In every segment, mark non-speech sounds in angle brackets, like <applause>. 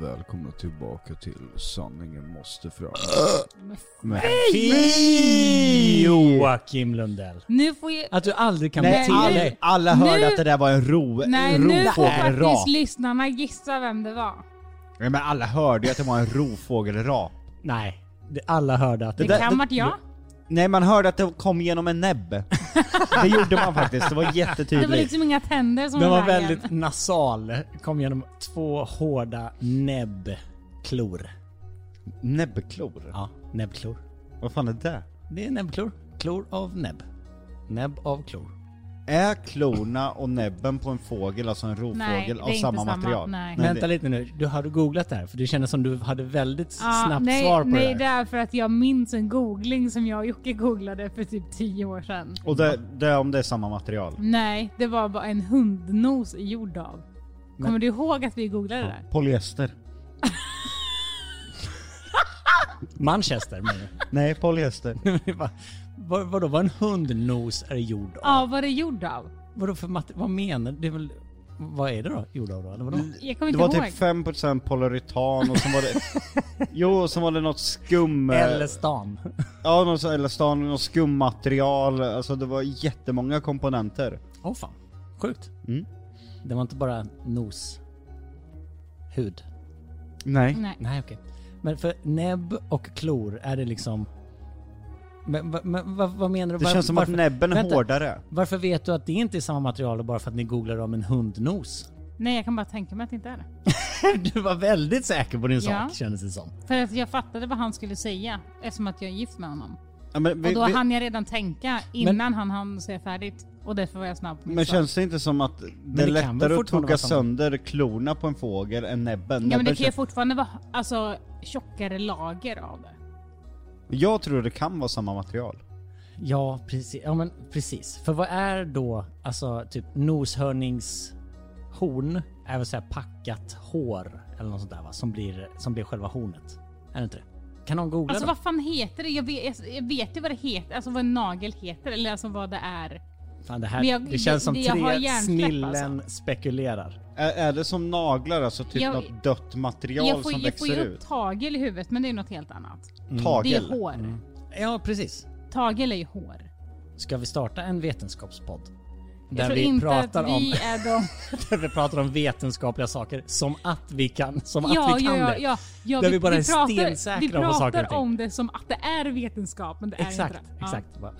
Välkomna tillbaka till Sanningen måste fram. Men Fy Joakim Lundell. Nu får ju... Att du aldrig kan Nej, bli all- till dig. alla hörde Nu- att det där var en ro, Nej, en nu får rovfågelra. faktiskt lyssnarna gissa vem det var. Nej, men alla hörde ju att det var en rovfågelra. Nej, det, alla hörde att Det, det, där- kan det- varit jag. Nej, man hörde att det kom genom en näbb. <laughs> Det gjorde man faktiskt, det var Det var jättetydligt. liksom inga tänder som den var i vägen. väldigt nasal. Kom genom två hårda näbbklor. Näbbklor? Ja, näbbklor. Vad fan är det? Det är näbbklor. Klor av näbb. Näbb av klor. Är klorna och näbben på en fågel, alltså en rovfågel, Nej, det är av inte samma samma, material? nej. Vänta det, lite nu, du har du googlat det här? För det kändes som du hade väldigt Ja, snabbt nej, svar på nej, det det där. är för att jag minns en googling som jag och Jocke googlade för typ tio år sedan. och det, det är om det är samma material? Nej, det var bara en hundnos gjord av. Kommer du ihåg att vi googlade det där? Polyester? Manchester menar <laughs> Nej, polyester. du? Vad- Vad, vadå, vad en hundnos är gjord av? Ja, vad det är gjord av. Vadå för matte, vad menar du? Det är väl, vad är det då? Gjord av då? Eller vadå? Jag kommer Det inte var ihåg. typ 5% polyuretan och sen var det... <laughs> Jo, och sen var det något skum... eh, <laughs> Eller stan. Ja, någon sån- eller stan, något skummaterial, alltså det var jättemånga komponenter. Åh fan, sjukt. Mm. Det var inte bara nos. Hud. Nej. Nej. Nej okej. Men för näbb och klor, är det liksom... Men, va- men, va- vad menar du? Det Var- känns som att näbben är Vänta. hårdare. Varför vet du att det inte är samma material bara för att ni googlar om en <laughs> hundnos? nej, jag kan bara tänka mig att det inte är det. Du var väldigt säker på din Ja. sak kändes det som. För att jag fattade vad han skulle säga eftersom att jag är gift med honom. Ja, men vi, Och då vi, hann jag redan tänka innan han hann säga färdigt. Och därför var jag snabb på mitt men svar. känns det inte som att det är det kan väl lättare att tugga fortfarande vara samma? sönder klorna på en fågel än näbben? Ja men Näbben det kan ju kän- fortfarande vara alltså, tjockare lager av det. Jag tror det kan vara samma material. Ja precis. ja, men precis. För vad är då, alltså typ noshörningshorn är väl såhär packat hår eller något sånt där va? Som blir, som blir själva hornet. Är det inte det? Kan någon googla Alltså det? vad fan heter det? Jag vet, jag- jag vet ju vad det heter, alltså vad en nagel heter eller alltså vad det är. Fan, det, här, Men jag- det känns som det- jag har alltså. tre hjärnsläpp, snillen spekulerar. Är, är det som naglar, alltså typ Jag- något dött material Jag får, som jag får växer ju upp ut? tagel i huvudet men det är något helt annat. Det är Tagel? hår. Ja precis. Tagel är ju hår. Ska vi starta en vetenskapspodd? Jag Där tror vi, inte pratar att vi om, är de... <laughs> där vi pratar om vetenskapliga saker som att vi kan, som Ja, att vi ja, kan ja, det. ja, ja. Där vi bara är pratar, stensäkra vi på saker och pratar ting. om det som att det är vetenskap men det är Exakt, inte det. Ja. exakt. Bara-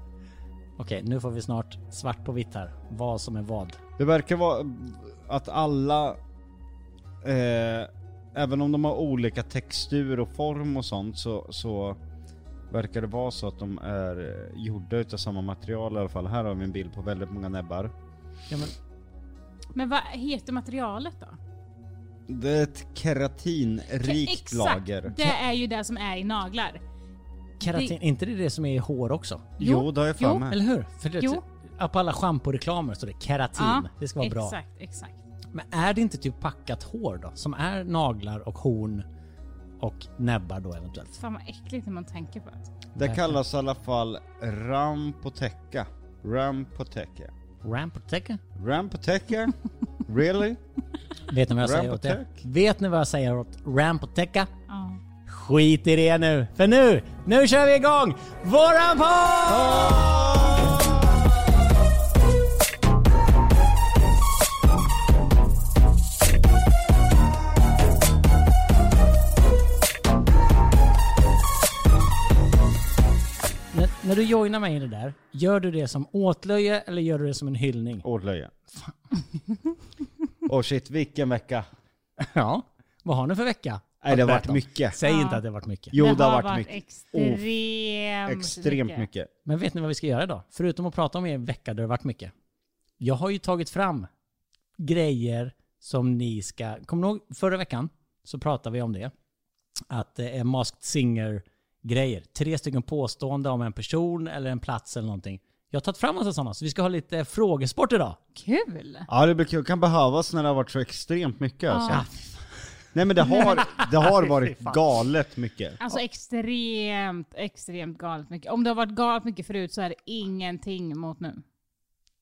<laughs> Okej, nu får vi snart svart på vitt här. Vad som är vad. Det verkar vara att alla, eh, även om de har olika textur och form och sånt så, så verkar det vara så att de är eh, gjorda utav samma material i alla fall. Här har vi en bild på väldigt många näbbar. Ja, men, Men vad heter materialet då? Det är ett keratinrikt Exakt, lager. det är ju det som är i naglar. keratin, är inte det det som är i hår också? Jo, det har jag för jo, mig. Eller hur? För det, typ- Jo. ja, På alla schamporeklamer står det keratin. Mm, det ska vara bra. Exakt, exakt. Men är det inte typ packat hår då? Som är naglar och horn och näbbar då eventuellt? Fan vad äckligt när man tänker på det. Det kallas i alla fall rampoteka. Rampoteka. Rampoteca? <laughs> Rampoteka? really? Vet ni vad jag säger åt det? Rampotec. Vet ni vad jag säger åt rampoteca? Ja. Skit i det nu, för nu, nu kör vi igång våran podd! När, när du joinar mig i det där, gör du det som åtlöje eller gör du det som en hyllning? <laughs> Åtlöje. Åh shit, vilken vecka. Ja. Vad har ni för vecka? Nej det har att berätta varit om? mycket. Säg Ja. inte att det har varit mycket. Jo det, det har varit mycket. Oh, Extremt, extremt mycket. Men vet ni vad vi ska göra idag? Förutom att prata om er vecka där det har varit mycket. Jag har ju tagit fram grejer som ni ska... Kommer ni ihåg förra veckan? Så pratade vi om det. Att eh, det är Masked Singer-grejer. Tre stycken påstående om en person eller en plats eller någonting. Jag har tagit fram massa sådana, så vi ska ha lite eh, frågesport idag. Kul! Ja det blir kul, kan behövas när det har varit så extremt mycket alltså. Ah, Nej men det har, det har varit fan. galet mycket. Alltså extremt, extremt galet mycket. Om det har varit galet mycket förut så är det ingenting mot nu.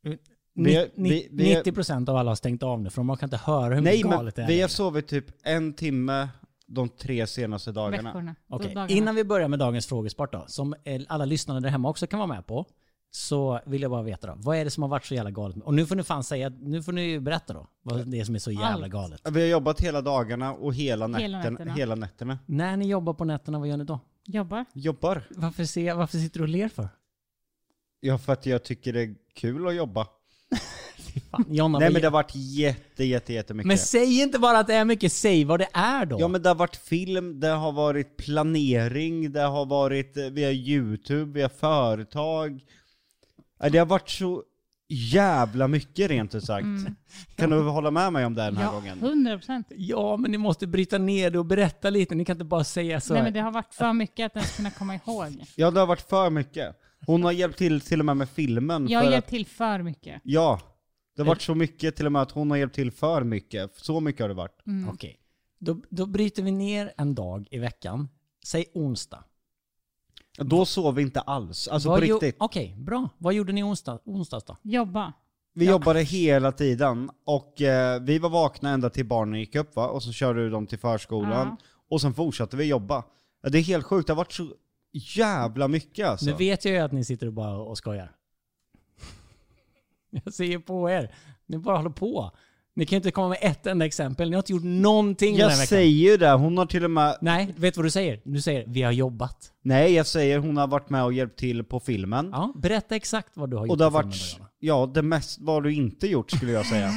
Vi- Ni- vi- ni- vi- 90% av alla har stängt av nu för man kan inte höra hur Nej mycket men galet det är. vi har sovit typ en timme de tre senaste dagarna. Veckorna. Okej, dagarna. innan vi börjar med dagens frågesport då, som eh, alla lyssnare där hemma också kan vara med på, så vill jag bara veta då, vad är det som har varit så jävla galet? Och nu får ni fan säga, nu får ni ju berätta då, vad det är som är så jävla Allt. galet. Vi har jobbat hela dagarna och hela, Hela nätten, nätterna. hela nätterna. När ni jobbar på nätterna, vad gör ni då? Jobbar. Jobbar. Varför, ser, varför sitter du och ler för? Ja för att jag tycker det är kul att jobba. Fan, Jonna, Nej vad- men det har varit jätte, jätte, jättemycket. men säg inte bara att det är mycket, säg vad det är då. Ja men det har varit film, det har varit planering, det har varit eh, via youtube, via företag. Ja, Det har varit så jävla mycket rent ut sagt. Kan du hålla med mig om det den här Mm. Ja, gången? 100 procent. Ja, men ni måste bryta ner det och berätta lite, ni kan inte bara säga så. Nej här. men det har varit för mycket att ens kunna komma <laughs> ihåg. Ja det har varit för mycket. Hon har hjälpt till till och med med filmen. Jag för har att- hjälpt till för mycket. Ja. Det har varit så mycket till och med att hon har hjälpt till för mycket. Så mycket har det varit. Mm. Okej. Då, då bryter vi ner en dag i veckan. Säg onsdag. Då sov vi inte alls. Alltså Vad på gjo- riktigt. Okej, bra. Vad gjorde ni onsdag, onsdags då? Jobba. Vi jobbade hela tiden och eh, vi var vakna ända till barnen gick upp va? Och så körde du dem till förskolan. Ja. Och sen fortsatte vi jobba. Ja, Det är helt sjukt, det har varit så jävla mycket alltså. Nu vet jag ju att ni sitter och bara och skojar. Jag ser ju på er. Ni bara håller på. Ni kan ju inte komma med ett enda exempel. Ni har inte gjort någonting den jag här veckan. säger ju det, hon har till och med... Nej, vet du vad du säger? Du säger vi har jobbat. Nej jag säger hon har varit med och hjälpt till på filmen. Ja, berätta exakt vad du har gjort. och det har i filmen, varit, Mariana. ja det mest vad du inte gjort skulle jag <laughs> säga.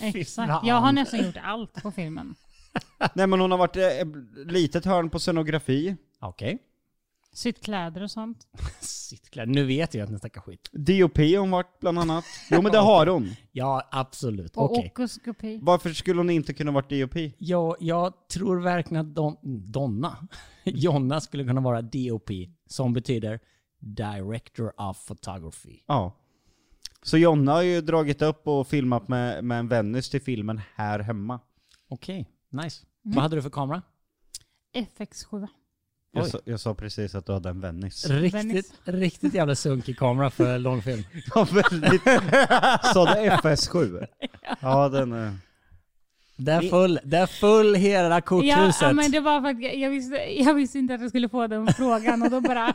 Exakt. Jag har nästan gjort allt på filmen. Nej men hon har varit eh, litet hörn på scenografi. Okej. <laughs> Sytt kläder och sånt. Sitt kläder. Nu vet jag att ni snackar skit. DOP har hon varit bland annat. Jo men det har hon. Ja, absolut. Och Okej. okoskopi. Varför skulle hon inte kunna varit DOP? Ja, jag tror verkligen att Don, Donna, <laughs> Jonna skulle kunna vara DOP, som betyder Director of Photography. Ja. Så Jonna har ju dragit upp och filmat med, med en Venice till filmen här hemma. Okej, nice. Mm. Vad hade du för kamera? FX7. Jag Oj. sa, jag sa precis att du hade en Venice. Riktigt, riktigt jävla sunkig kamera för <laughs> en långfilm. Ja, väldigt. <laughs> Sa du FS7? Ja, den eh, är... Där full, där full hela Ja, korthuset. ja, men det var för att jag, jag, visste, jag visste inte att jag skulle få den frågan och då bara...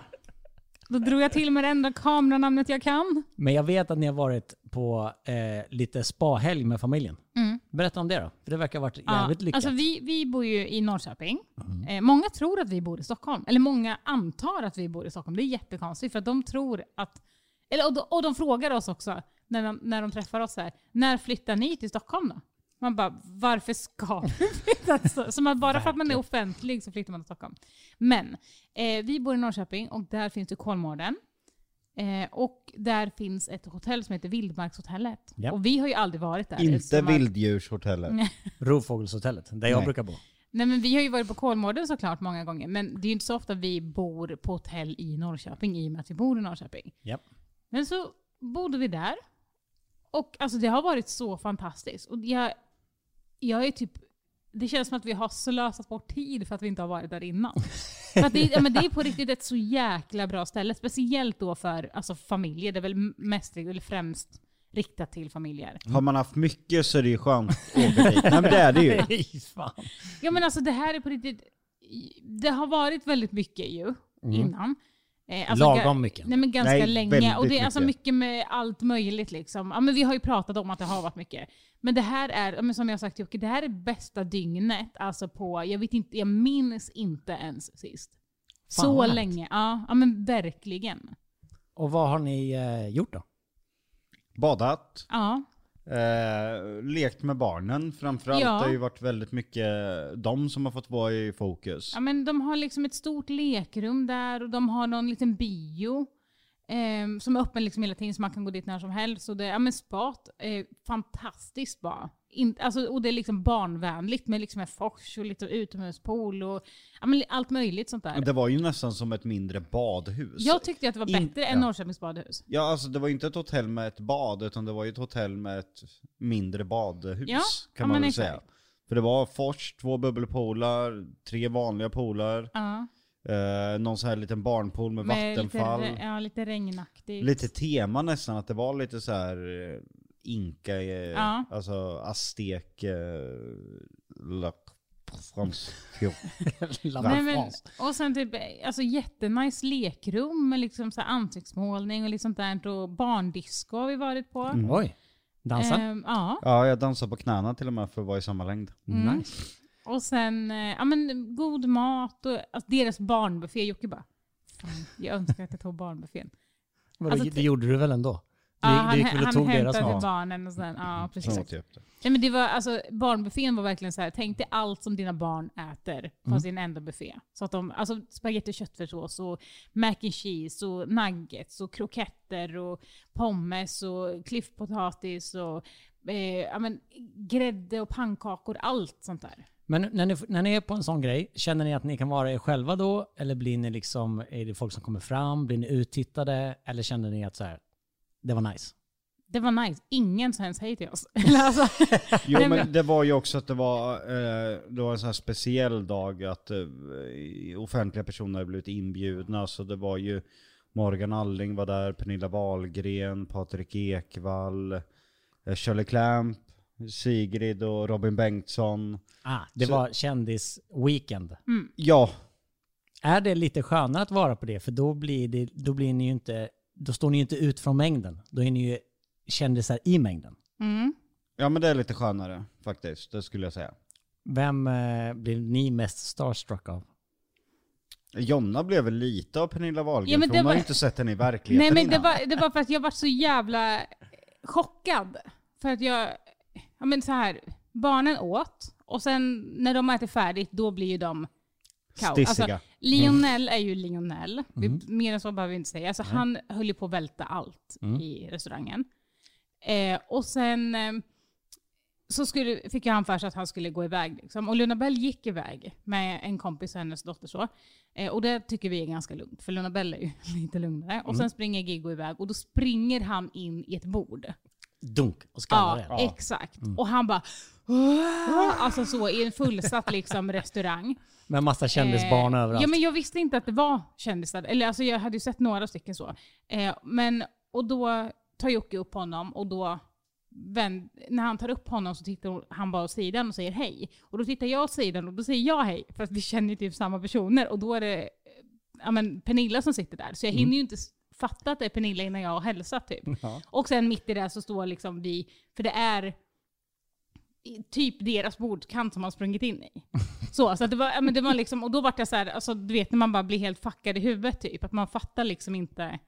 Då drog jag till med det enda kameranamnet jag kan. Men jag vet att ni har varit på eh, lite spahelg med familjen. Berätta om det då, för det verkar ha varit jävligt lyckat. Mm. Mm. Alltså vi, vi bor ju i Norrköping. Eh, många tror att vi bor i Stockholm. Eller många antar att vi bor i Stockholm. Det är jättekonstigt för att de tror att... Eller, och, de, och de frågar oss också när de, när de träffar oss här. När flyttar ni till Stockholm då? Man bara, varför ska <laughs> vi flytta? till Stockholm?" Så man, bara för att man är offentlig så flyttar man till Stockholm. Men eh, vi bor i Norrköping och där finns det Kolmården. Eh, och där finns ett hotell som heter Vildmarkshotellet. Ja. Och vi har ju aldrig varit där. Inte eftersom att- vilddjurshotellet. Rovfågelshotellet, där jag Nej. brukar <laughs> bo. Nej men vi har ju varit på Kolmården såklart många gånger, men det är ju inte så ofta vi bor på hotell i Norrköping i och med att vi bor i Norrköping. Japp. Men så bodde vi där. Och alltså det har varit så fantastiskt. Och jag, jag är typ, det känns som att vi har slösat bort tid för att vi inte har varit där innan. för att det, är- ja, men det är på riktigt ett så jäkla bra ställe. Speciellt då för alltså, familjer. Det är väl mest, eller främst riktat till familjer. Har man haft mycket så är det ju skönt att åka dit. Nej men det är det <laughs> ju. Fy fan. Ja men alltså det här är på riktigt, det har varit väldigt mycket ju innan. Eh, Mm. Lagom ga- mycket. Mm. Nej men ganska Nej, länge. väldigt Och det är alltså mycket. mycket med allt möjligt liksom. Ja men vi har ju pratat om att det har varit mycket. Men det här är, ja, men som jag har sagt till Jocke, det här är bästa dygnet. Alltså på, jag vet inte, jag minns inte ens sist. Fan, Så vad härligt. länge, ja, ja men verkligen. Och vad har ni eh, gjort då? <laughs> Badat, Ja, eh, lekt med barnen framförallt. Ja. Det har ju varit väldigt mycket de som har fått vara i fokus. Ja, men de har liksom ett stort lekrum där och de har någon liten bio. Eh, som är öppen liksom hela tiden så man kan gå dit när som helst. Och det, ja, men spat, eh, fantastiskt bra. In, alltså, och det är liksom barnvänligt med liksom en fors och lite utomhuspool och ja, men allt möjligt sånt där. Men Det var ju nästan som ett mindre badhus. jag tyckte att det var in- bättre än ja. Norrköpings badhus. Ja, alltså det var ju inte ett hotell med ett bad, utan det var ju ett hotell med ett mindre badhus Ja, ja, kan man men väl exakt. säga. För det var fors, två bubbelpoolar, tre vanliga poolar, Ja, eh, någon sån här liten barnpool med, vattenfall. Lite, Lite, re- ja, lite regnaktigt. tema nästan, att det var lite så här eh, inka, eh, Ja. alltså aztek, eh, la, frans, Lilla Nej, men, Frans. och sen typ, alltså jättenice lekrum med liksom så här ansiktsmålning och liksom sånt där och barndisco har vi varit på. Mm, Oj. Dansa. Ehm, ja. Ja, jag dansade på knäna till och med för att vara i samma längd. mm. Nice. Och sen, eh, ja men god mat och alltså, deras barnbuffé. Jocke bara, fan jag önskar att jag tog barnbuffén. Vadå, Alltså, det gjorde du väl ändå? Du, Ja, han du gick väl och han tog deras Mm. hämtade typ mat? barnen och sen, ja precis. Som åt jag upp det. Nej, men det var, alltså, barnbuffén var verkligen så här, tänk dig allt som dina barn äter Mm. fast i en enda buffé. Så att de, alltså spagetti och köttfärssås och mac and cheese och nuggets och kroketter och pommes och klyftpotatis och eh, ja, men, grädde och pannkakor, allt sånt där. Men när ni, när ni är på en sån grej, känner ni att ni kan vara er själva då? Eller blir ni liksom, är det folk som kommer fram? Blir ni uttittade? Eller känner ni att så här, det var nice? Det var nice. Ingen sa ens hej till oss. <laughs> Eller alltså, Jo Nej, men- men det var ju också att det var, eh, det var en sån här speciell dag att eh, offentliga personer hade blivit inbjudna. Så det var ju Morgan Alling var där, Pernilla Wahlgren, Patrik Ekwall, eh, Shirley Clamp, Sigrid och Robin Bengtsson. Ah, det Så- var kändis-weekend. Mm. Ja, Är det lite skönare att vara på det? För då blir, det, då blir ni ju inte, då står ni ju inte ut från mängden. Då är ni ju kändisar i mängden. mm. ja men det är lite skönare faktiskt, det skulle jag säga. Vem eh, blir ni mest starstruck av? Jonna blev väl lite av Pernilla Wahlgren, Ja, men för det hon har var- ju inte sett henne i verkligheten Nej men det innan. var, det var för att jag var så jävla chockad. För att jag, ja men så här, barnen åt och sen när de har ätit färdigt då blir ju de kaos. alltså- Stissiga. Lionel är ju Lionel, vi, mer än så behöver vi inte säga. Alltså, han höll ju på att välta allt i restaurangen. Eh, och sen eh, så skulle, fick ju han för sig att han skulle gå iväg. Liksom. Och Lunabelle gick iväg med en kompis och hennes dotter. Så. Eh, och det tycker vi är ganska lugnt, för Lunabelle är ju <laughs> lite lugnare. Och sen springer Giggo iväg och då springer han in i ett bord. Dunk och skallar Ja, er. exakt. Och han bara... "Åh!" Alltså så i en fullsatt liksom, restaurang. Med massa kändisbarn Eh, överallt. Ja, men jag visste inte att det var kändisar. Eller alltså, jag hade ju sett några stycken så. Eh, men, och då tar Jocke upp honom och då vänd, när han tar upp honom så tittar hon- han bara åt sidan och säger hej. Och då tittar jag åt sidan och då säger jag hej. För att vi känner ju typ samma personer. Och då är det eh, ja, men Pernilla som sitter där. Så Mm. jag hinner ju inte s- fatta att det är Pernilla innan jag har hälsat typ. Och sen mitt i det här så står liksom vi, för det är i- typ deras bordkant som man sprungit in i. Så, så att det var, ja, men det var liksom, och då var jag så här, alltså, du vet när man bara blir helt fuckad i huvudet typ, att man fattar liksom inte.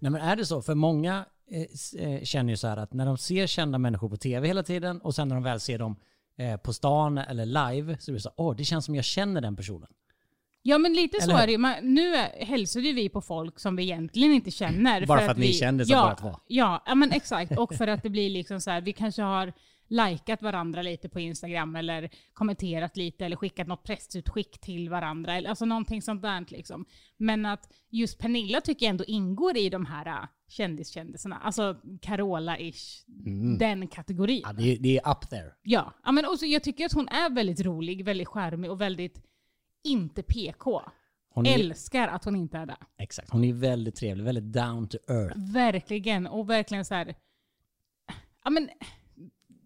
Nej, men är det så? För många eh, s- eh, känner ju så här att när de ser kända människor på tv hela tiden och sen när de väl ser dem eh, på stan eller live så blir det så här, åh, det känns som jag känner den personen. Ja men lite Eller så hur? är det ju. Man, nu är- hälsade ju vi på folk som vi egentligen inte känner. Bara för att ni kände så ja, bara att vara. Ja, ja men exakt. Och för att det blir liksom så här, vi kanske har likat varandra lite på Instagram eller kommenterat lite eller skickat något pressutskick till varandra. eller Alltså någonting sånt där liksom. Men att just Pernilla tycker jag ändå ingår i de här äh, kändiskändisarna. Alltså Carola-ish, Mm. den kategorin. Ja, det, är- det är up there. Ja, ja men också, jag tycker att hon är väldigt rolig, väldigt charmig och väldigt inte PK. Hon är, Älskar att hon inte är där. Exakt, hon är väldigt trevlig, väldigt down to earth. Verkligen. Och verkligen så här... Ja, men,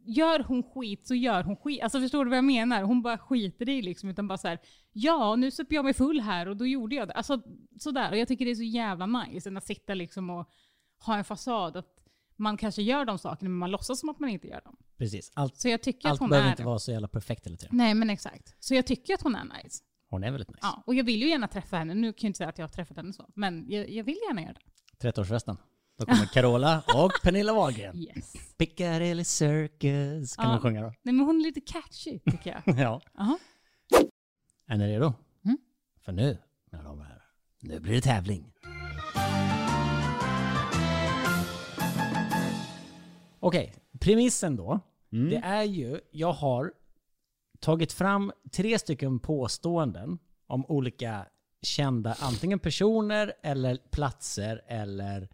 gör hon skit så gör hon skit. Alltså förstår du vad jag menar? Hon bara skiter i liksom, utan bara så här, ja nu söp jag mig full här och då gjorde jag det. Alltså sådär. Och jag tycker det är så jävla nice än att sitta liksom och ha en fasad att man kanske gör de sakerna men man låtsas som att man inte gör dem. Precis, allt, Så jag tycker allt att hon behöver är... inte vara så jävla perfekt hela tiden. Nej men exakt. Så jag tycker att hon är nice. Hon är väldigt nice. Ja, och jag vill ju gärna träffa henne. Nu kan jag inte säga att jag har träffat henne så, men jag, jag vill gärna göra det. 30-årsfesten. Då <laughs> kommer Carola och Pernilla Wahlgren. Yes. Piccadilly Circus kan Ja. hon sjunga då. <laughs> Nej men hon är lite catchy tycker jag. Ja. Jaha. Är ni redo? Mm. För nu, mina damer och herrar, nu blir det tävling. Okej, premissen då Mm. Det är ju, jag har tagit fram tre stycken påståenden om olika kända antingen personer eller platser eller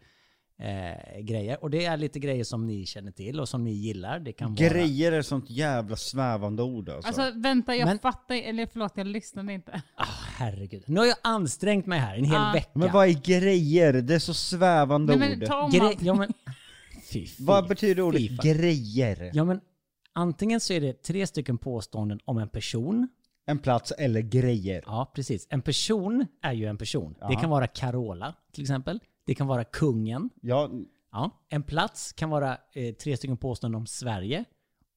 eh, grejer. Och det är lite grejer som ni känner till och som ni gillar. Det kan vara... Grejer är sånt jävla svävande ord alltså. Alltså vänta, jag Men- fattar Eller förlåt, jag lyssnade inte. Ah, herregud. Nu har jag ansträngt mig här en hel Ah. vecka. men vad är grejer? Det är så svävande Nej men ord. ta om Gre- allt. <laughs> ja, men... Fy, fy. Vad betyder ordet FIFA. grejer? Ja, men antingen så är det tre stycken påståenden om en person. En plats eller grejer. Ja, precis. En person är ju en person. Det Ja. kan vara Carola till exempel. Det kan vara kungen. Ja, Mm. Ja. En plats kan vara eh, tre stycken påståenden om Sverige.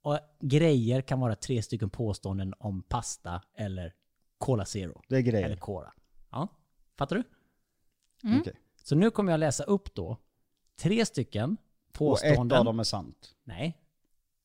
Och grejer kan vara tre stycken påståenden om pasta eller Cola Zero. det är Eller grejer. Cola. Ja, fattar du? Mm. Okej. Så nu kommer jag läsa upp då tre stycken Och ett påståenden. av dem är sant. Nej.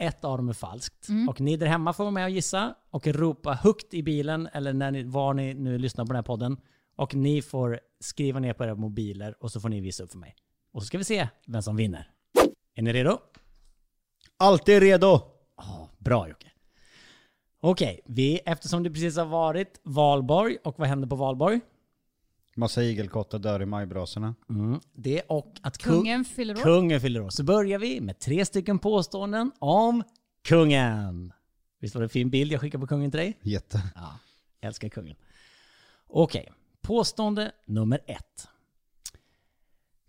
Ett av dem är falskt. Och ni där hemma får vara med och gissa och ropa högt i bilen eller när ni, var ni nu lyssnar på den här podden. Och ni får skriva ner på era mobiler och så får ni visa upp för mig. Och så ska vi se vem som vinner. Är ni redo? Allt är redo! Ja, bra Jocke. Okej, vi, eftersom det precis har varit valborg och vad händer på valborg? Massa igelkottar dör i majbrasorna. Mm, det och att kung- Kungen fyller år. Kungen fyller år. Så börjar vi med tre stycken påståenden om kungen. Visst var det en fin bild jag skickade på kungen till dig? Jätte. Ja, jag älskar kungen. Okej, påstående nummer ett.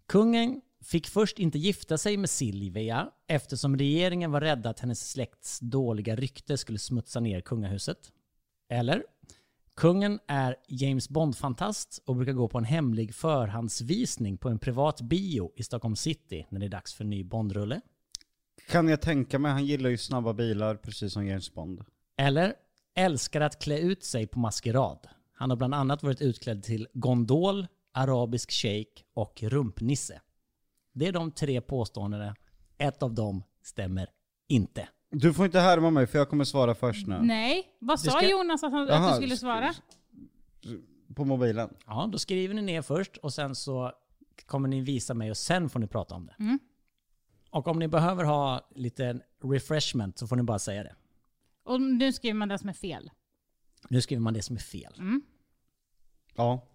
Kungen fick först inte gifta sig med Silvia eftersom regeringen var rädd att hennes släkts dåliga rykte skulle smutsa ner kungahuset. Eller? Kungen är James Bond-fantast och brukar gå på en hemlig förhandsvisning på en privat bio i Stockholm city när det är dags för en ny Bondrulle. Kan jag tänka mig, han gillar ju snabba bilar precis som James Bond. Eller älskar att klä ut sig på maskerad. Han har bland annat varit utklädd till gondol, arabisk shejk och rumpnisse. Det är de tre påståendena. Ett av dem stämmer inte. Du får inte härma mig för jag kommer svara först nu. Nej, vad Du sa ska- Jonas att, han, Jaha, att du skulle svara? På mobilen. Ja, då skriver ni ner först och sen så kommer ni visa mig och sen får ni prata om det. Och om ni behöver ha lite refreshment så får ni bara säga det. Och nu skriver man det som är fel. Nu skriver man det som är fel. Ja.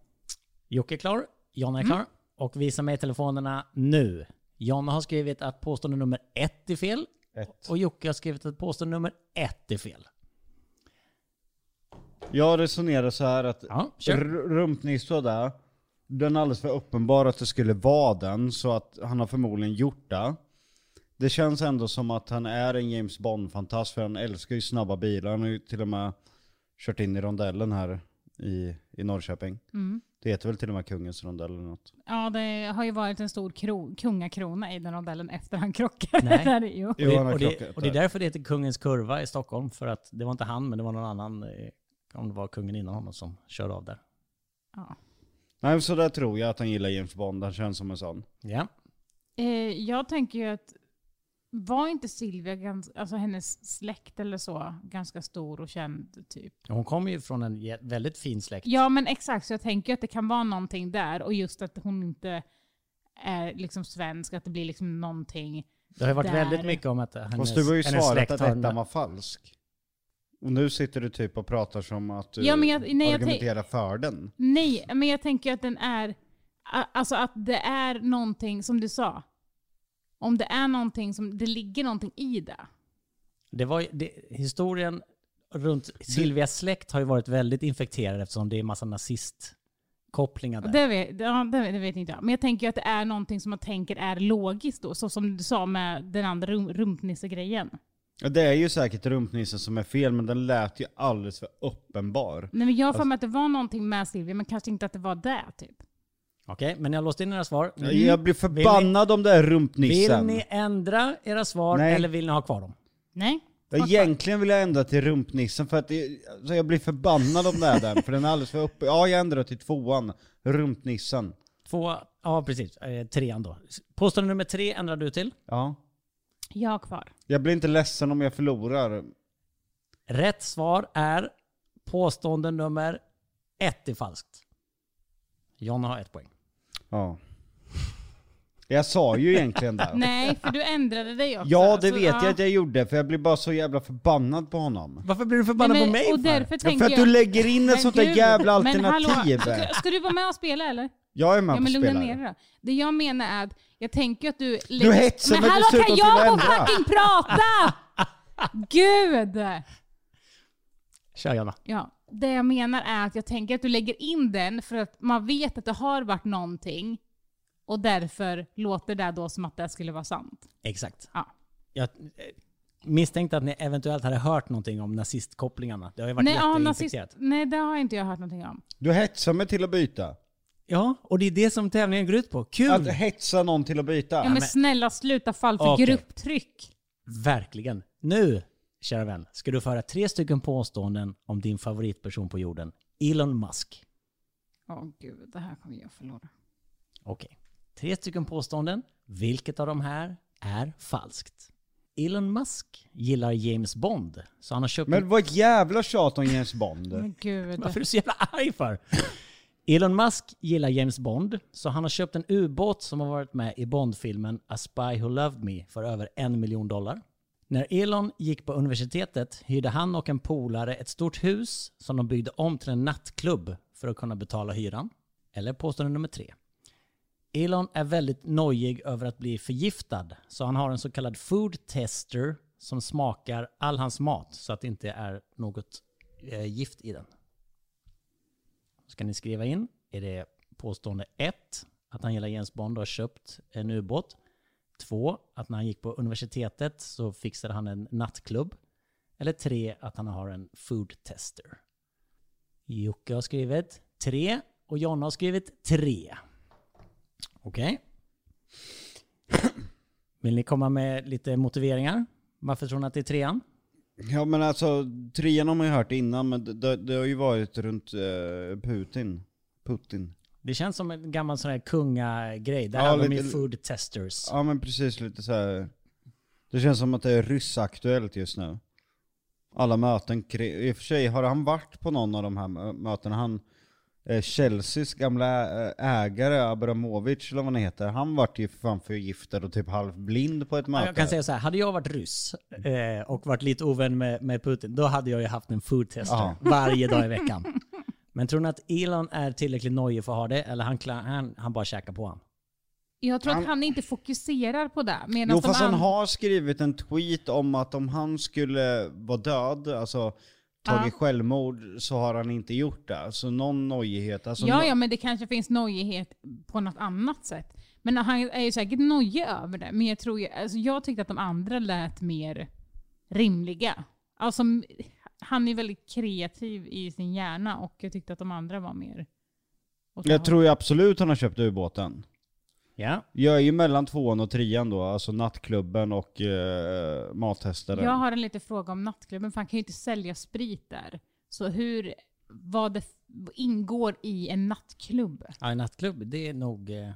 Jocke är klar, Jonna Mm. är klar och visa mig telefonerna nu. Jonna har skrivit att påstående nummer ett är fel Ett. och Jocke har skrivit att påstående nummer ett är fel. Jag resonerar så här att Ja, kör. r- rumpnisse och det, den är alldeles för uppenbar att det skulle vara den, så att han har förmodligen gjort det. Det känns ändå som att han är en James Bond-fantast, för han älskar ju snabba bilar. Han har ju till och med kört in i rondellen här i, i Norrköping. Mm. Det heter väl till och med Kungens rondell eller något. Ja, det har ju varit en stor kro- kungakrona i den rondellen efter han krockade. Nej. Där, jo. Och det, han har och, det, krockat och det är där. därför det heter Kungens Kurva i Stockholm. För att det var inte han, men det var någon annan, eh, om det var kungen innan honom, som körde av där. Ja. Nej, så där tror jag att han gillar James Bond. Han känns som en sån. Ja. Eh, jag tänker ju att var inte Silvia, gans, alltså hennes släkt eller så, ganska stor och känd typ? Hon kommer ju från en jä- väldigt fin släkt. Ja men exakt, så jag tänker att det kan vara någonting där och just att hon inte är liksom svensk, att det blir liksom någonting. Det har ju varit Där. väldigt mycket om att hennes, Fast du har ju hennes svarat släkt att har en- ettan var falsk. Och nu sitter du typ och pratar som att du Ja, men jag- nej, jag argumenterar för den. Nej, men jag tänker att den är, a- alltså att det är någonting som du sa. Om det är någonting som, det ligger någonting i det. Det var, ju- det, historien runt Silvias släkt har ju varit väldigt infekterad eftersom det är massa nazistkopplingar där. Det vet, ja, det, det vet inte jag. Men jag tänker ju att det är någonting som man tänker är logiskt då, så som du sa med den andra rum, rumpnissegrejen. Ja, det är ju säkert rumpnissen som är fel, men den lät ju alldeles för uppenbar. Nej men jag har för mig att det var någonting med Silvia, men kanske inte att det var det typ. Okej, men jag har låst in era svar. Jag blir förbannad om det är Mm. Vill rumpnissen. ni ändra era svar Nej. eller vill ni ha kvar dem? Nej. Ja, Egentligen vill jag ändra till rumpnissen för att det, alltså jag blir förbannad om det är den, för den är alldeles för uppe. Ja, jag ändrar till tvåan, rumpnissen. Två, ja precis, eh, trean då. Påstående nummer tre ändrar du till. Ja. Jag har kvar. Jag blir inte ledsen om jag förlorar. Rätt svar är påstående nummer ett är falskt. Jonna har ett poäng. Ja. Jag sa ju egentligen det. <laughs> Nej, för du ändrade dig också. Ja, det Så, vet jag att jag gjorde, för jag blir bara så jävla förbannad på honom. Varför blir du förbannad Nej, på mig Och för? därför Ja, tänker för att du jag... lägger in Men ett sånt där gud, jävla men hallå, alternativ. Ska, ska du vara med och spela eller? Jag är med Ja på men lugna spelare. ner dig då. Det jag menar är att jag tänker att du... Du hetsar Men mig hallå dessutom kan till att jag få ändra. fucking prata? <laughs> Gud! Kör Jonna. Ja, det jag menar är att jag tänker att du lägger in den för att man vet att det har varit någonting och därför låter det då som att det skulle vara sant. Exakt. Ja. Jag eh, misstänkte att ni eventuellt hade hört någonting om nazistkopplingarna. Det har ju varit Nej, ja, nazist, jätteinfekterat. nej, det har inte jag hört någonting om. Du hetsar mig till att byta. Ja, och det är det som tävlingen går ut på. Kul! Att hetsa någon till att byta. Ja, men snälla sluta fall för Okej. grupptryck. Verkligen. Nu, kära vän, ska du föra tre stycken påståenden om din favoritperson på jorden, Elon Musk. Åh gud, det här kommer jag förlora. Okej. Tre stycken påståenden. Vilket av de här är falskt? Elon Musk gillar James Bond, så han har köpt... Men vad ett jävla tjat om James Bond. <laughs> Men gud. Varför är du så jävla arg för? Elon Musk gillar James Bond, så han har köpt en ubåt som har varit med i Bond-filmen A Spy Who Loved Me för över en miljon dollar. När Elon gick på universitetet hyrde han och en polare ett stort hus som de byggde om till en nattklubb för att kunna betala hyran. Eller påstående nummer tre. Elon är väldigt nojig över att bli förgiftad, så han har en så kallad food tester som smakar all hans mat så att det inte är något eh, gift i den ska ni skriva in. Är det påstående 1, att han gillar Jens Bond och har köpt en ubåt? 2, att när han gick på universitetet så fixade han en nattklubb? Eller 3, att han har en food tester? Jocke har skrivit 3 och Jonna har skrivit 3. Okej. <clears throat> Vill ni komma med lite motiveringar? Varför tror ni att det är trean? Ja men alltså, trean har man ju hört innan, men det- det, det har ju varit runt eh, Putin. Putin. Det känns som en gammal sån här kungagrej. Där Ja, hade de ju lite- food testers. Ja men precis lite så här. Det känns som att det är ryssaktuellt just nu. Alla möten kring, i och för sig har han varit på någon av de här mö- mötena. Han, eh, Chelseas gamla eh, ägare Abramovic eller vad han heter, han vart ju för fan förgiftad och typ halvblind på ett Ja, möte. Jag kan säga så här, hade jag varit ryss eh, och varit lite ovän med, med Putin, då hade jag ju haft en food tester Ja. varje dag i veckan. <laughs> Men tror ni att Elon är tillräckligt nojig för att ha det, eller han, kla- han, han bara käkar på han? Jag tror att Han- han inte fokuserar på det. Medan Jo de fast han an- har skrivit en tweet om att om han skulle vara död, alltså tagit självmord, så har han inte gjort det. Så någon nojighet. Alltså, ja, nå- ja, men det kanske finns nojighet på något annat sätt. Men han är ju säkert nojig över det. Men jag, tror ju, alltså jag tyckte att de andra lät mer rimliga. Alltså, m- han är väldigt kreativ i sin hjärna och jag tyckte att de andra var mer... åt det Jag tror ju absolut han har köpt ubåten. Ja. Jag är ju mellan tvåan och trean då, alltså nattklubben och eh, mathästaren. Jag har en liten fråga om nattklubben, för han kan ju inte sälja sprit där. Så hur, vad det f- ingår i en nattklubb? Ja, en nattklubb, det är nog... eh,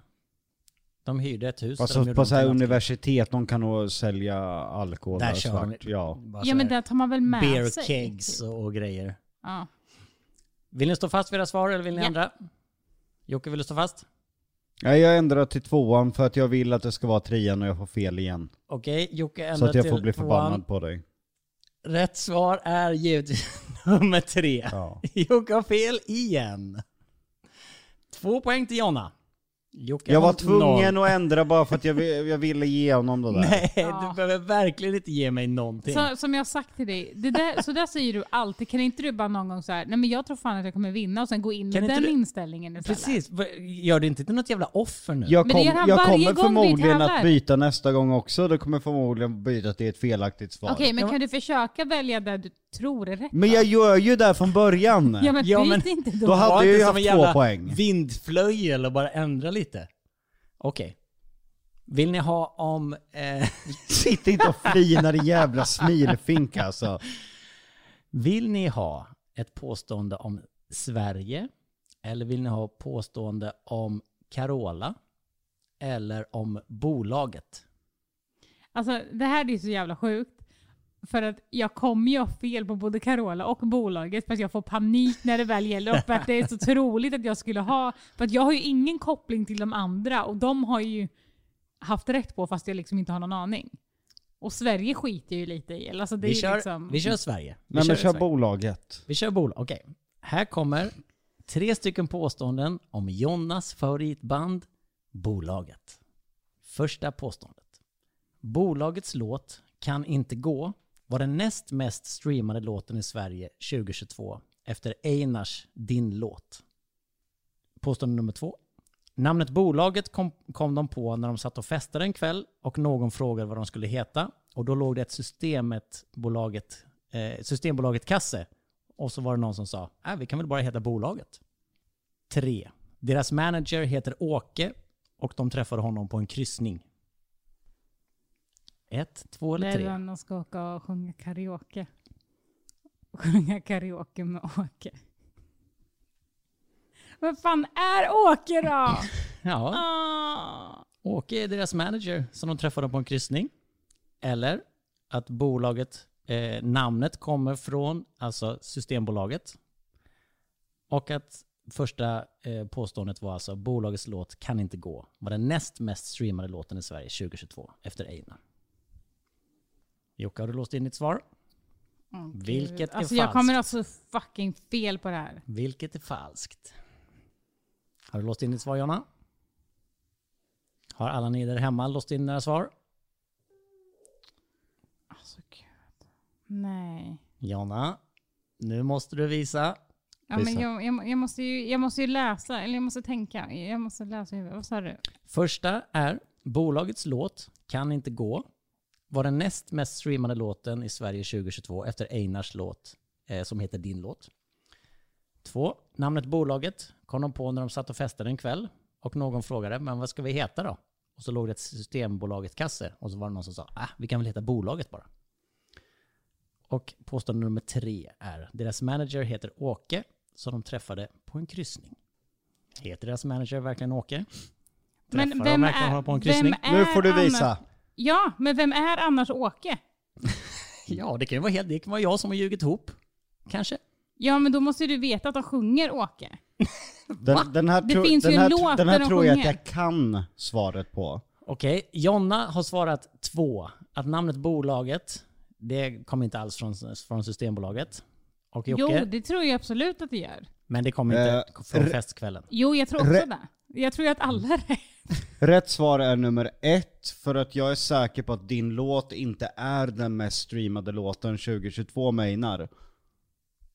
De hyrde ett hus. där de Alltså gjorde på om så här till nattklubb. universitet, de kan nog sälja alkohol Där där kör de. svart. Ja. Bara så Ja men här, det tar man väl med Beer sig? Alltså, kegs typ. och, och grejer. Ja. Vill ni stå fast vid era svar eller vill ni Ja. ändra? Jocke, vill du stå fast? Nej jag ändrar till tvåan för att jag vill att det ska vara trean och jag får fel igen. Okej, Jocke ändrar så att jag till får bli förbannad one. på dig. Rätt svar är givetvis <laughs> nummer tre. Ja. Jocke har fel igen. Två poäng till Jonna. Jocke Jag har var tvungen noll. att ändra bara för att jag, vill- jag ville ge honom det där. Nej, Ja. du behöver verkligen inte ge mig någonting. Så, som jag har sagt till dig, det där, så där säger du alltid. Kan inte du bara någon gång så här, nej men jag tror fan att jag kommer vinna och sen gå in Kan med inte den du- inställningen istället? Precis, Va- gör det inte till något jävla offer nu. Jag, Men det kom, gör han jag varje kommer gång vi förmodligen tävlar. att byta nästa gång också. Det kommer förmodligen byta till ett felaktigt svar. Okej, men Ja, Mm. kan du försöka välja där du tror är rätt? Men då? jag gör ju det från början. Ja men Ja, byt men- inte då. Då hade Var jag ju inte som haft en två jävla poäng. vindflöjel och bara ändra lite. Okej. Vill ni ha om... <laughs> Eh, Sitt inte och flina din jävla smilfink alltså. vill ni ha ett påstående om Sverige? Eller vill ni ha påstående om Carola? Eller om bolaget? Alltså det här är ju så jävla sjukt. För att jag kommer ju ha fel på både Carola och bolaget för att jag får panik när det väl gäller och för att det är så troligt att jag skulle ha. För att jag har ju ingen koppling till de andra och de har ju haft rätt på fast jag liksom inte har någon aning. Och Sverige skiter jag ju lite i. Alltså, det är Vi ju kör, liksom... vi kör Sverige. Vi Nej men kör i Sverige. bolaget. Vi kör bolag. Okej. Här kommer tre stycken påståenden om Jonnas favoritband Bolaget. Första påståendet. Bolagets låt Kan inte gå var den näst mest streamade låten i Sverige 2022 efter Einars Din låt. Påstående nummer två. Namnet bolaget kom, kom de på när de satt och festade en kväll och någon frågade vad de skulle heta. Och då låg det ett systemet, bolaget, eh, systembolaget kasse. Och så var det någon som sa, äh, vi kan väl bara heta bolaget. Tre. Deras manager heter Åke och de träffade honom på en kryssning. Ett, två eller Där tre? man ska åka och sjunga karaoke. Sjunga karaoke med Åke. Vad fan är Åke då? <laughs> Ja. Ah. Åke är deras manager som de träffade på en kryssning. Eller att bolaget, eh, namnet kommer från, alltså Systembolaget. Och att första eh, påståendet var alltså bolagets låt Kan inte gå var den näst mest streamade låten i Sverige 2022 efter Einar. Jocke, har du låst in ditt svar? Åh, gud. Vilket är alltså, Jag falskt. kommer alltså fucking fel på det här. Vilket är falskt. Har du låst in ditt svar, Jonna? Har alla ni där hemma låst in era svar? Alltså gud. Nej. Jonna, nu måste du visa. Ja, men jag, jag, jag, måste ju, jag måste ju läsa, eller jag måste tänka. Jag måste läsa i huvudet. Vad sa du? Första är bolagets låt Kan inte gå var den näst mest streamade låten i Sverige 2022 efter Einars låt eh, som heter Din låt. Två, namnet bolaget kom de på när de satt och festade en kväll och någon frågade men vad ska vi heta då? Och så låg det ett Systembolaget kasse och så var det någon som sa ah, vi kan väl heta bolaget bara. Och påstående nummer tre är deras manager heter Åke som de träffade på en kryssning. Heter deras manager verkligen Åke? Men Träffar de vem verkligen är- honom på en vem kryssning? är Nu får du annars- visa. Ja, men vem är annars Åke? Ja, det kan ju vara helt, det kan vara jag som har ljugit ihop. Kanske. Ja, men då måste du veta att de sjunger Åke. Den, den här, Det tro, finns ju den en här, låt tro- den där här de tror jag att sjunger. jag kan svaret på. Okej, Jonna har svarat två. Att namnet bolaget, det kommer inte alls från, från Systembolaget. Och Jocke, Jo, det tror jag absolut att det gör. men det kommer inte Eh, från r- festkvällen. Jo, jag tror också Re- det. Jag tror ju att alla är rätt. Rätt svar är nummer ett, för att jag är säker på att din låt inte är den mest streamade låten 2022 med Einar.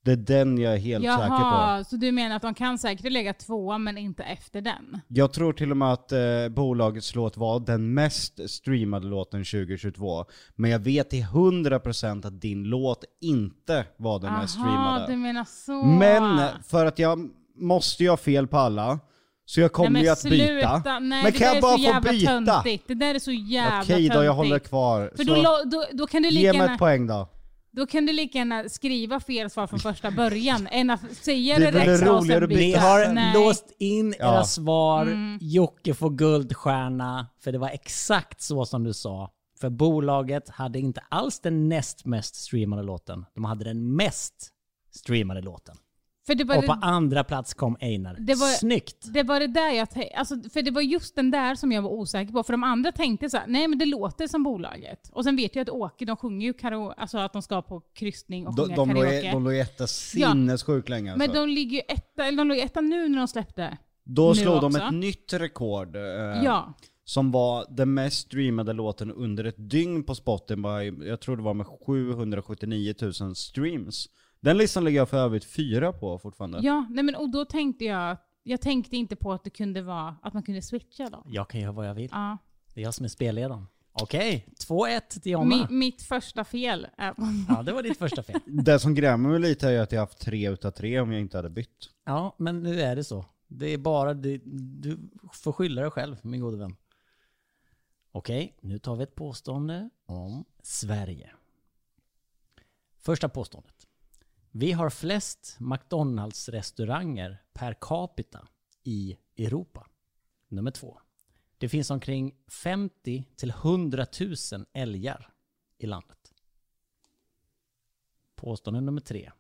Det är den jag är helt säker på. Jaha, så du menar att de kan säkert lägga tvåa men inte efter den? Jag tror till och med att eh, bolagets låt var den mest streamade låten 2022. Men jag vet till 100% att din låt inte var den mest Jaha, streamade. du menar så. Men för att jag måste ju ha fel på alla, så jag kommer Nej, ju men att byta. sluta. Nej, men det kan där jag är bara så få jävla byta? Töntigt. Det där är så jävla Okej då, jag töntigt. håller kvar. Så För då, lo- då, då, kan du lika ge mig gärna, ett poäng då. då kan du lika gärna skriva fel svar från <laughs> första början än att säga Det det, är väl rätt och roligare sen att byta. byta. Ni har Nej. Mm. låst in Ja. era svar. Jocke får guldstjärna, för det var exakt så som du sa. För bolaget hade inte alls den näst mest streamade låten. De hade den mest streamade låten. För det var Och på det, andra plats kom Einar. Det var- Snyggt! det var det där jag tänkte, alltså, för det var just den där som jag var osäker på. För de andra tänkte så här, nej men det låter som bolaget. Och sen vet jag att Åke, de sjunger ju karaoke, alltså att de ska på kryssning och De, sjunga de, låg, karaoke. de låg etta sinnessjukt länge alltså. men de ligger ju etta, eller de låg ju etta nu när de släppte. Då nu slog de också. ett nytt rekord. Eh, Ja. Som var den mest streamade låten under ett dygn på Spotify. Jag tror det var med 779 000 streams. Den listan ligger jag för övrigt fyra på fortfarande. Ja, nej men, och då tänkte jag, jag tänkte inte på att det kunde vara, att man kunde switcha då. Jag kan göra vad jag vill. Ja. Det är jag som är spelledaren. Okej, 2-1 till Mi, Jonna. mitt första fel är... <laughs> Ja, det var ditt första fel. Det som grämer mig lite är ju att jag haft tre utav tre om jag inte hade bytt. Ja, men nu är det så. Det är bara du, du får skylla dig själv, min gode vän. Okej, nu tar vi ett påstående om Sverige. Första påståendet. Vi har flest McDonalds-restauranger per capita i Europa. Nummer två. Det finns omkring 50 till 100 000 älgar i landet. Påstående nummer tre.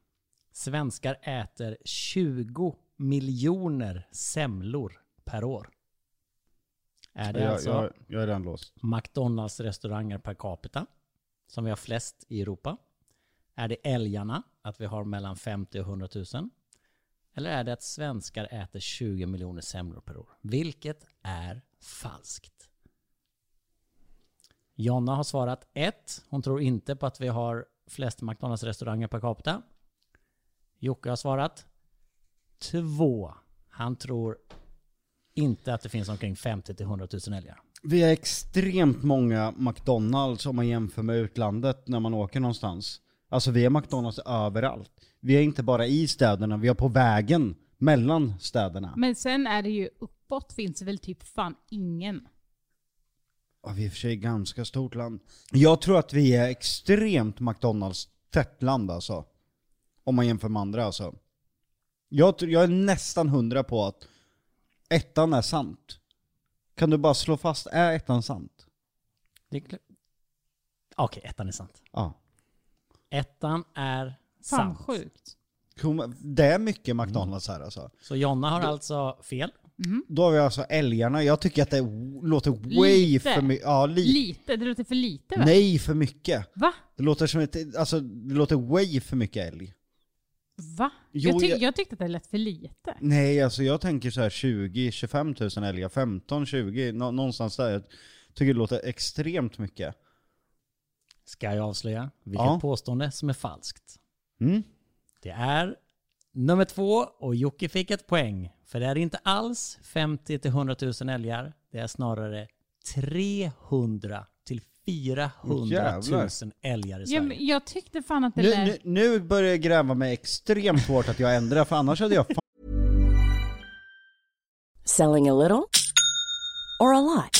Svenskar äter 20 miljoner semlor per år. Är det jag, alltså jag, jag är redan låst. McDonalds restauranger per capita, som vi har flest i Europa? Är det älgarna, att vi har mellan 50 och 100 000? Eller är det att svenskar äter 20 miljoner semlor per år? Vilket är falskt. Jonna har svarat 1. Hon tror inte på att vi har flest McDonalds restauranger per capita. Jocke har svarat 2. Han tror inte att det finns omkring 50 till 100 000 älgar. Vi har extremt många McDonalds om man jämför med utlandet när man åker någonstans. Alltså vi har McDonalds överallt. Vi är inte bara i städerna, vi är på vägen mellan städerna. Men sen är det ju uppåt finns det väl typ fan ingen. Ja, vi är i och för sig ganska stort land. Jag tror att vi är extremt McDonalds tätt land alltså. Om man jämför med andra alltså. Jag, tr- jag är nästan hundra på att ettan är sant. Kan du bara slå fast, är ettan sant? Det är klart. Okej, ettan är sant. Ja. Ettan är Fan sant. sjukt. Kom- Det är mycket McDonalds här alltså. Så Jonna har alltså fel. Då har vi alltså älgarna. Jag tycker att det o- låter way Lite. för mycket. Ja, li- Lite, det låter för lite va? Nej, för mycket. Va? Det låter som ett, alltså det låter way för mycket älg. Va? Jo, jag, tyck, jag... jag- tyckte att det lät för lite. Nej, alltså jag tänker så här 20-25 000 älgar, 15-20, nå- någonstans där. Jag tycker det låter extremt mycket. Ska jag avslöja vilket Ja. påstående som är falskt? Mm. Det är nummer två och Jocke fick ett poäng. För det är inte alls 50 till 100 000 älgar. Det är snarare 300 till 400 000 Jävlar. älgar i Jag, Sverige. jag tyckte fan att det Nu, lät... nu, nu börjar jag gräva mig extremt hårt att jag ändrar, för annars hade jag fan Selling a little or a lot?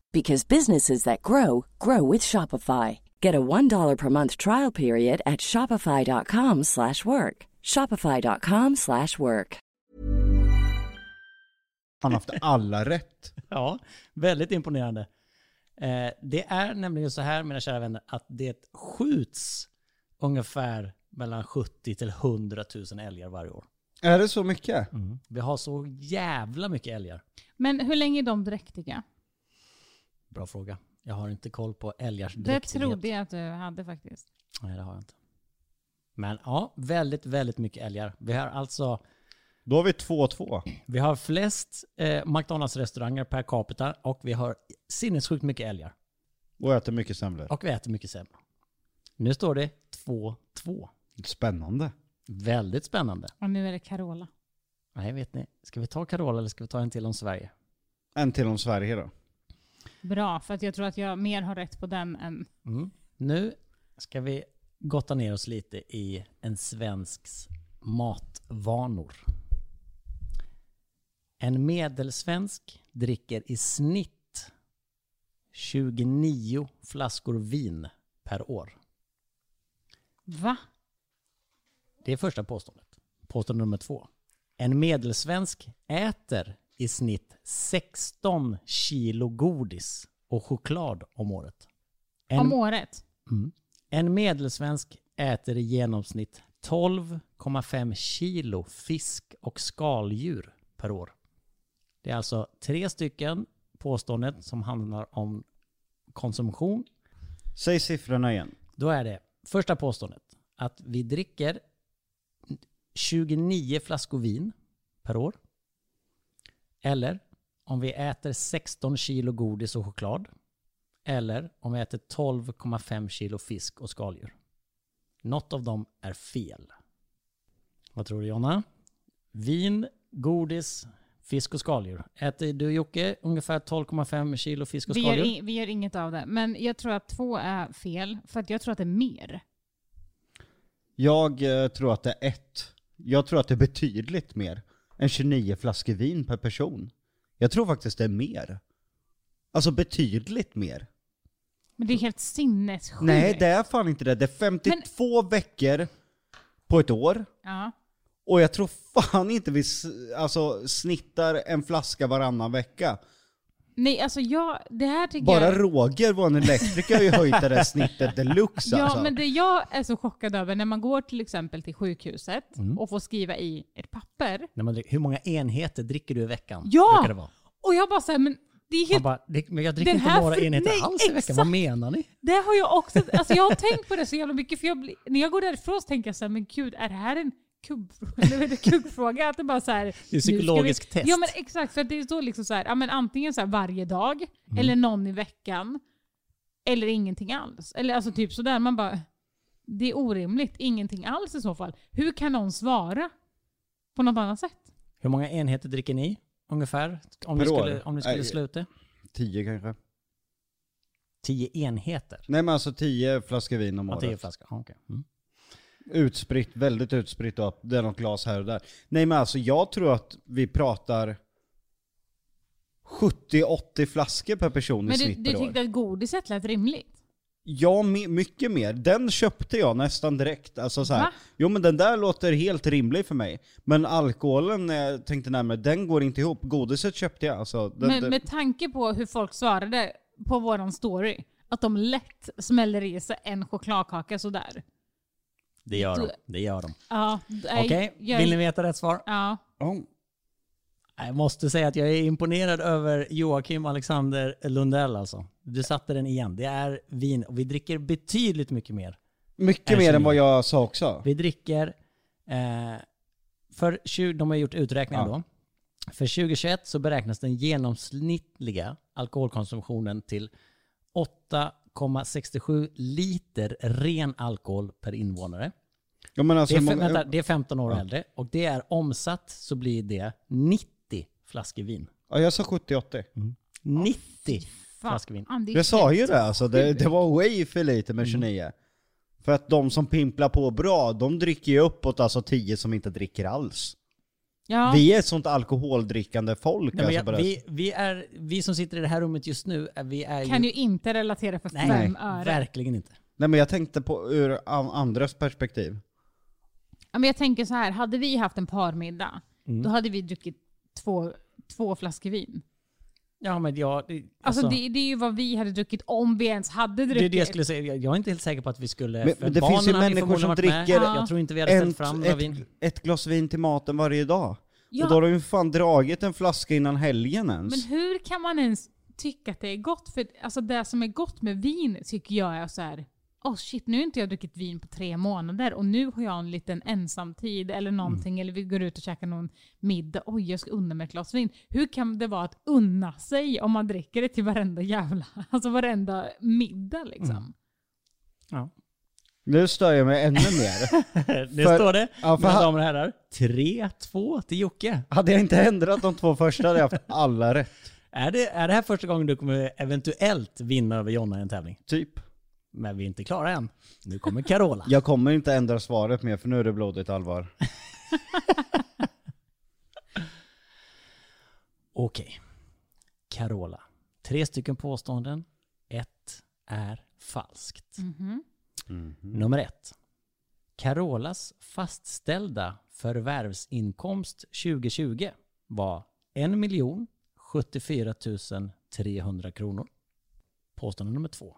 because businesses that grow grow with Shopify. Get a $1 per month trial period at shopify.com/work. slash work. shopify.com/work. slash work. haft alla rätt. <laughs> Ja, väldigt imponerande. Eh, det är nämligen så här, mina kära vänner, att det skjuts ungefär mellan 70 till 100 000 älgar varje år. Är det så mycket? Vi har så jävla mycket älgar. Men hur länge är de dräktiga? Bra fråga. Jag har inte koll på älgars Det dräktighet. trodde jag att du hade faktiskt. Nej, det har jag inte. Men ja, väldigt, väldigt mycket älgar. Vi har alltså Då har vi 2-2. vi har flest eh, McDonalds-restauranger per capita och vi har sinnessjukt mycket älgar. Och äter mycket semlor. Och vi äter mycket sämre. Nu står det 2-2. Spännande. Väldigt spännande. Och nu är det Carola. Nej, vet ni. Ska vi ta Carola eller ska vi ta en till om Sverige? En till om Sverige då. Bra, för att jag tror att jag mer har rätt på den än... Mm. Nu ska vi gotta ner oss lite i en svensks matvanor. En medelsvensk dricker i snitt 29 flaskor vin per år. Va? Det är första påståendet. Påstående nummer två. En medelsvensk äter i snitt 16 kilo godis och choklad om året. En, mm. Om året? en medelsvensk äter i genomsnitt 12,5 kilo fisk och skaldjur per år. Det är alltså tre stycken påståenden som handlar om konsumtion Säg siffrorna igen. då är det första påståendet att vi dricker 29 flaskor vin per år. Eller om vi äter 16 kilo godis och choklad. Eller om vi äter 12,5 kilo fisk och skaldjur. Något av dem är fel. Vad tror du Jonna? Vin, godis, fisk och skaldjur. Äter du Jocke ungefär 12,5 kilo fisk och Vi gör, skaldjur? i, vi gör inget av det. Men jag tror att två är fel, för att jag tror att det är mer. Jag eh, tror att det är ett. Jag tror att det är betydligt mer än 29 flaskor vin per person. Jag tror faktiskt det är mer. Alltså betydligt mer. Men det är helt sinnessjukt. Nej det är fan inte det. Det är 52 veckor på ett år. Ja. Och jag tror fan inte vi s- alltså, snittar en flaska varannan vecka. Nej, alltså jag... Det här tycker Bara jag... Roger, vår elektriker, har ju höjt det där snittet deluxe Ja, alltså. men det jag är så chockad över när man går till exempel till sjukhuset Mm. och får skriva i ett papper. När man dricker- hur många enheter dricker du i veckan? Ja! Brukar det vara? Och jag bara säger men det är Han helt... bara, "Det- men jag dricker Den inte här några för- enheter nej, alls i veckan. Vad exakt. menar ni? Det har jag också... Alltså jag har tänkt på det så jävla mycket, för jag blir, när jag går därifrån så tänker jag så här, men gud, är det här en kubb, <laughs> eller vad är det, kuggfråga? Att det bara så här... nu ska vi- psykologisk test. Ja, men exakt. För att det står liksom så här, ja, men antingen så här varje dag, eller någon i veckan, eller ingenting alls. Eller alltså typ sådär, man bara... Det är orimligt. Ingenting alls i så fall. Hur kan någon svara på något annat sätt? Hur många enheter dricker ni ungefär? Om Per ni skulle, år? om ni skulle Nej. sluta? Tio kanske? Tio enheter? Nej men alltså tio flaskor vin om Ja, tio året. flaskor. Ja, okej. Mm. Utspritt, väldigt utspritt och det är något glas här och där. Nej men alltså jag tror att vi pratar 70-80 flaskor per person i Men du, snitt du per år. tyckte att godiset lät rimligt? Ja, my- mycket mer. Den köpte jag nästan direkt. Alltså så här, Va? jo men den där låter helt rimlig för mig. Men alkoholen, när jag tänkte närmare, den går inte ihop. Godiset köpte jag. Alltså, den, Men den, med tanke på hur folk svarade på våran story, att de lätt smäller i sig en chokladkaka sådär. Det gör de. Det gör de. Ja, nej, Okej, jag- vill ni veta rätt svar? Ja. Ja. Jag måste säga att jag är imponerad över Joakim Alexander Lundell alltså. Du satte den igen. Det är vin och vi dricker betydligt mycket mer. mycket mer än vad jag sa också. Vi dricker, eh, för 20, de har gjort Ja. uträkningar då. För 2021 så beräknas den genomsnittliga alkoholkonsumtionen till 8,67 liter ren alkohol per invånare. Ja, men alltså, Det är, hur fe- många- vänta, det är 15 år Ja. äldre och det är omsatt så blir det 90 flaskor vin. ja, jag sa 70-80. 90 Fan, flaskor vin. det är Jag sa ju helt det alltså, det, det var way för lite Mm. med 29. För att de som pimplar på bra, de dricker ju uppåt alltså 10 som inte dricker alls. Ja. Vi är ett sånt alkoholdrickande folk Nej, men alltså, på jag, det. vi, vi, är, vi som sitter i det här rummet just nu, är- vi är kan ju... ju inte relatera för Nej, fem öre. verkligen inte. Nej men jag tänkte på ur an- andras perspektiv. Ja, men jag tänker så här, hade Mm. vi haft en parmiddag, då hade vi druckit två, två flaskor vin. Ja men jag... det- Alltså, det, det är ju vad vi hade druckit om vi ens hade Det är druckit. det jag skulle säga. Jag- Jag är inte helt säker på att vi skulle... Men- för men det barnen finns ju hade människor förmodligen som varit med. dricker Jag tror inte vi hade ställt Ett- fram några ett, vin. ett glas vin till maten varje dag. Ja. Och då har de ju fan dragit en flaska innan helgen ens. Men hur kan man ens tycka att det är gott? För alltså det som är gott med vin tycker jag är så här. Oh shit, nu har inte jag druckit vin på tre månader och nu har jag en liten ensamtid eller någonting eller vi går ut och käkar någon middag. Oj, jag ska unna mig ett glas vin. Hur kan det vara att unna sig om man dricker det till varenda jävla, <laughs> alltså varenda middag liksom? Ja. Nu stör jag mig ännu <laughs> mer. Det För- står det, Ja, för mina han- damer och herrar. 3-2 till Jocke. hade jag inte ändrat de två första hade jag haft alla rätt. Är det, är det här första gången du kommer eventuellt vinna över Jonna i en tävling? Typ. Men vi är inte klara än. Nu kommer Carola. Jag kommer inte ändra svaret mer för nu är det blodigt allvar. Okej. Carola. Tre stycken påståenden. Ett är falskt. Nummer ett. Carolas fastställda förvärvsinkomst 2020 var 1 74 300 kronor. Påstående nummer två.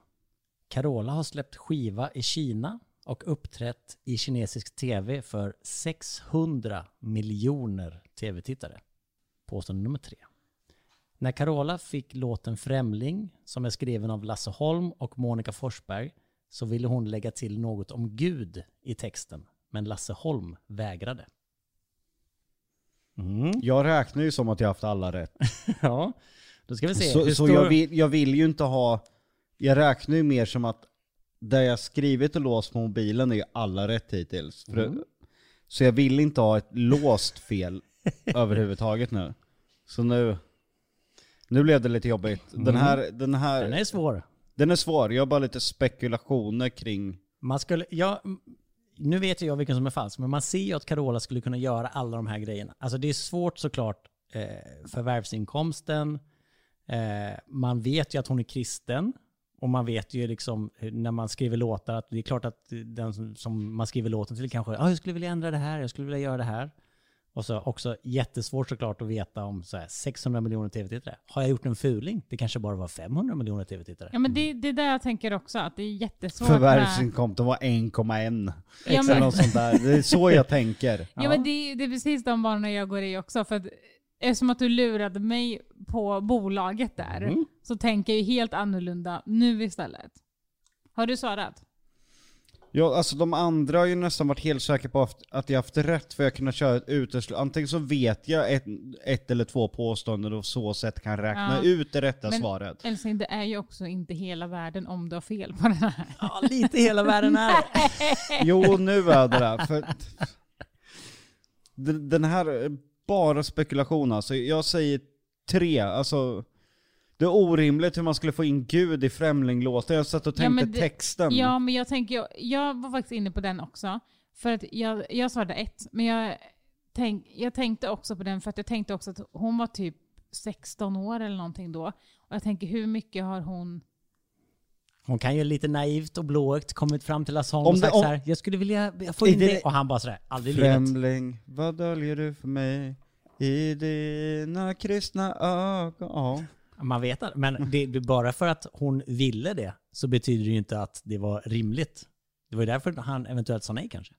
Carola har släppt skiva i Kina och uppträtt i kinesisk tv för 600 miljoner tv-tittare. Påstående nummer tre. När Carola fick låten Främling, som är skriven av Lasse Holm och Monica Forsberg, så ville hon lägga till något om Gud i texten, men Lasse Holm vägrade. Mm, Jag räknar ju som att jag haft alla rätt. ja, då ska vi <laughs> se. Så, Hur så står- jag, vill, jag vill ju inte ha... Jag räknar ju mer som att där jag skrivit och låst på mobilen är ju alla rätt hittills. För, Mm. Så jag vill inte ha ett låst <laughs> fel överhuvudtaget nu. Så nu... Nu blev det lite jobbigt. Den här... Den här Mm. Den är svår. den är svår. Jag har bara lite spekulationer kring... Man skulle, ja, m- nu vet ju jag vilken som är falsk, men man ser ju att Carola skulle kunna göra alla de här grejerna. Alltså det är svårt såklart, eh, förvärvsinkomsten, eh, man vet ju att hon är kristen, och man vet ju liksom hur- när man skriver låtar att det är klart att den som, som man skriver låten till kanske, ah, jag skulle vilja ändra det här, jag skulle vilja göra det här. Och så också jättesvårt såklart att veta om så här, 600 miljoner tv-tittare. Har jag gjort en fuling? Det kanske bara var 500 miljoner tv-tittare. Ja men det, det är där jag tänker också, att det är jättesvårt med... Förvärvsinkomsten var 1,1. Ja, Eller men- något sånt där. Det är så jag <laughs> tänker. Ja, men det, det är precis de banorna jag går i också. För att, eftersom att du lurade mig på bolaget där Mm. så tänker jag ju helt annorlunda nu istället. Har du svarat? Ja, alltså de andra har ju nästan varit helt säkra på att- att jag haft rätt för jag kunnat köra ett uteslutande. Antingen så vet jag ett, ett eller två påståenden och så sätt kan räkna Ja. ut det rätta Men- <laughs> svaret. Älskling, det är ju också inte hela världen om du har fel på den här. Ja, lite hela världen <laughs> är det. Jo, nu är det där. För den den här är bara spekulation alltså. Jag säger tre, alltså. Det är orimligt hur man skulle få in Gud i Främlinglåten. Jag satt och Ja, men tänkte det- texten. Ja, men jag tänker, jag, jag var faktiskt inne på den också. För att jag, jag svarade ett, men jag, tänk, jag tänkte också på den för att jag tänkte också att hon var typ 16 år eller någonting då. Och jag tänker hur mycket har hon Hon kan ju lite naivt och blåögt kommit fram till Lasse Holm Om och det- sagt om- så här, jag skulle vilja få in Är det- dig. Och han bara sådär, aldrig i livet. Främling, vad döljer du för mig i dina kristna ögon? Ja. Man vet aldrig. Men det, det, bara för att hon ville det så betyder det ju inte att det var rimligt. Det var ju därför han eventuellt sa nej kanske.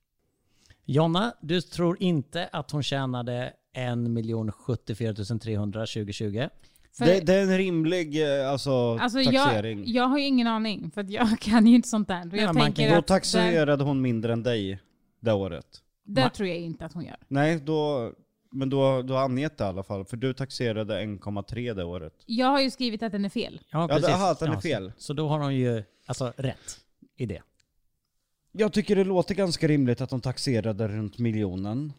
Jonna, du tror inte att hon tjänade 1 74 300 2020? För- det, det är en rimlig eh, alltså, Alltså taxering. jag, jag har ju ingen aning för att jag <laughs> kan ju inte sånt där. Och men jag man tänker kan ju- Då att där, taxerade hon mindre än dig det året. där tror jag inte att hon gör. Nej, då, men då, då angett det i alla fall. För du taxerade 1,3 det året. Jag har ju skrivit att den är fel. Ja, det- aha, att den är fel. Så, så då har hon ju alltså rätt i det. Jag tycker det låter ganska rimligt att de taxerade runt miljonen.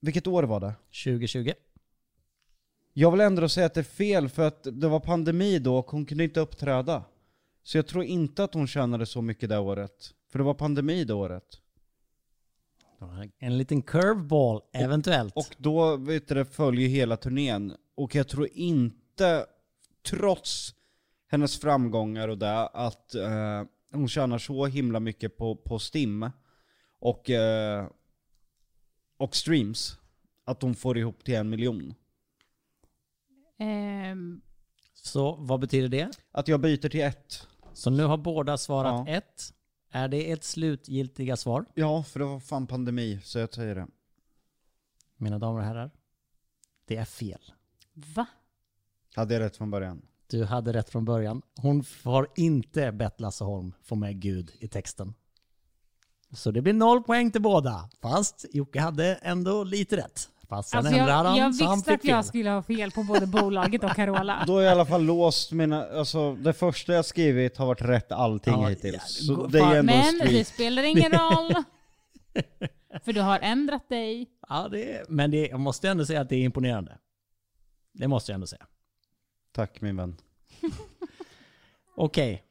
Vilket år var det? 2020. Jag vill ändå säga att det är fel för att det var pandemi då och hon kunde inte uppträda. Så jag tror inte att hon tjänade så mycket det året. För det var pandemi det året. En liten curveball eventuellt. Och då vet du, det följer hela turnén. Och jag tror inte, trots hennes framgångar och det, att eh, hon tjänar så himla mycket på, på STIM och, eh, och streams. Att hon får ihop till en miljon. Ehm, Så vad betyder det? Att jag byter till ett. Så nu har båda svarat Ja. ett. Är det ett slutgiltiga svar, Ja, för det var fan pandemi, så jag säger det. mina damer och herrar? Det är fel. Va? Hade jag rätt från början? Du hade rätt från början. Hon har inte bett Lasse Holm få med Gud i texten. Så det blir noll poäng till båda. Fast Jocke hade ändå lite rätt. Fast sen Alltså ändrade jag, han, jag så han visste fick att jag fel. skulle ha fel på både bolaget och Carola. <laughs> Då har jag i alla fall låst mina, alltså det första jag skrivit har varit rätt allting Ja, ja, hittills. Så gå- det är fan, ändå en Men det streak. <laughs> spelar <laughs> ingen roll. För du har ändrat dig. Ja, det är, men det, jag måste ändå säga att det är imponerande. Det måste jag ändå säga. Tack min vän. Okej.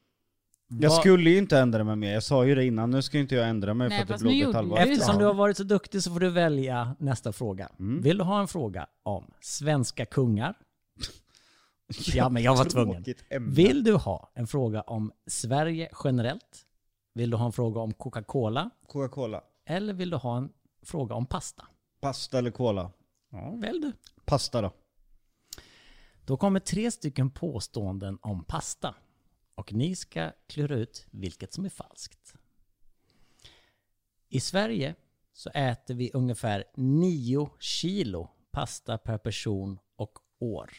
Jag Vad- skulle ju inte ändra mig mer, jag sa ju det innan, nu ska ju inte jag ändra mig Nej, för att fast det nu blev ett gjorde halvår. du det. Eftersom du har varit så duktig så får du välja nästa fråga. Mm. Vill du ha en fråga om svenska kungar? Ja, <laughs> men jag var tvungen. Tråkigt ämne. Vill du ha en fråga om Sverige generellt? Vill du ha en fråga om Coca-Cola? Coca-Cola. Eller vill du ha en fråga om pasta? Pasta eller cola? Ja, välj du. Pasta då. Då kommer tre stycken påståenden om pasta. Och ni ska klura ut vilket som är falskt. I Sverige så äter vi ungefär 9 kilo pasta per person och år.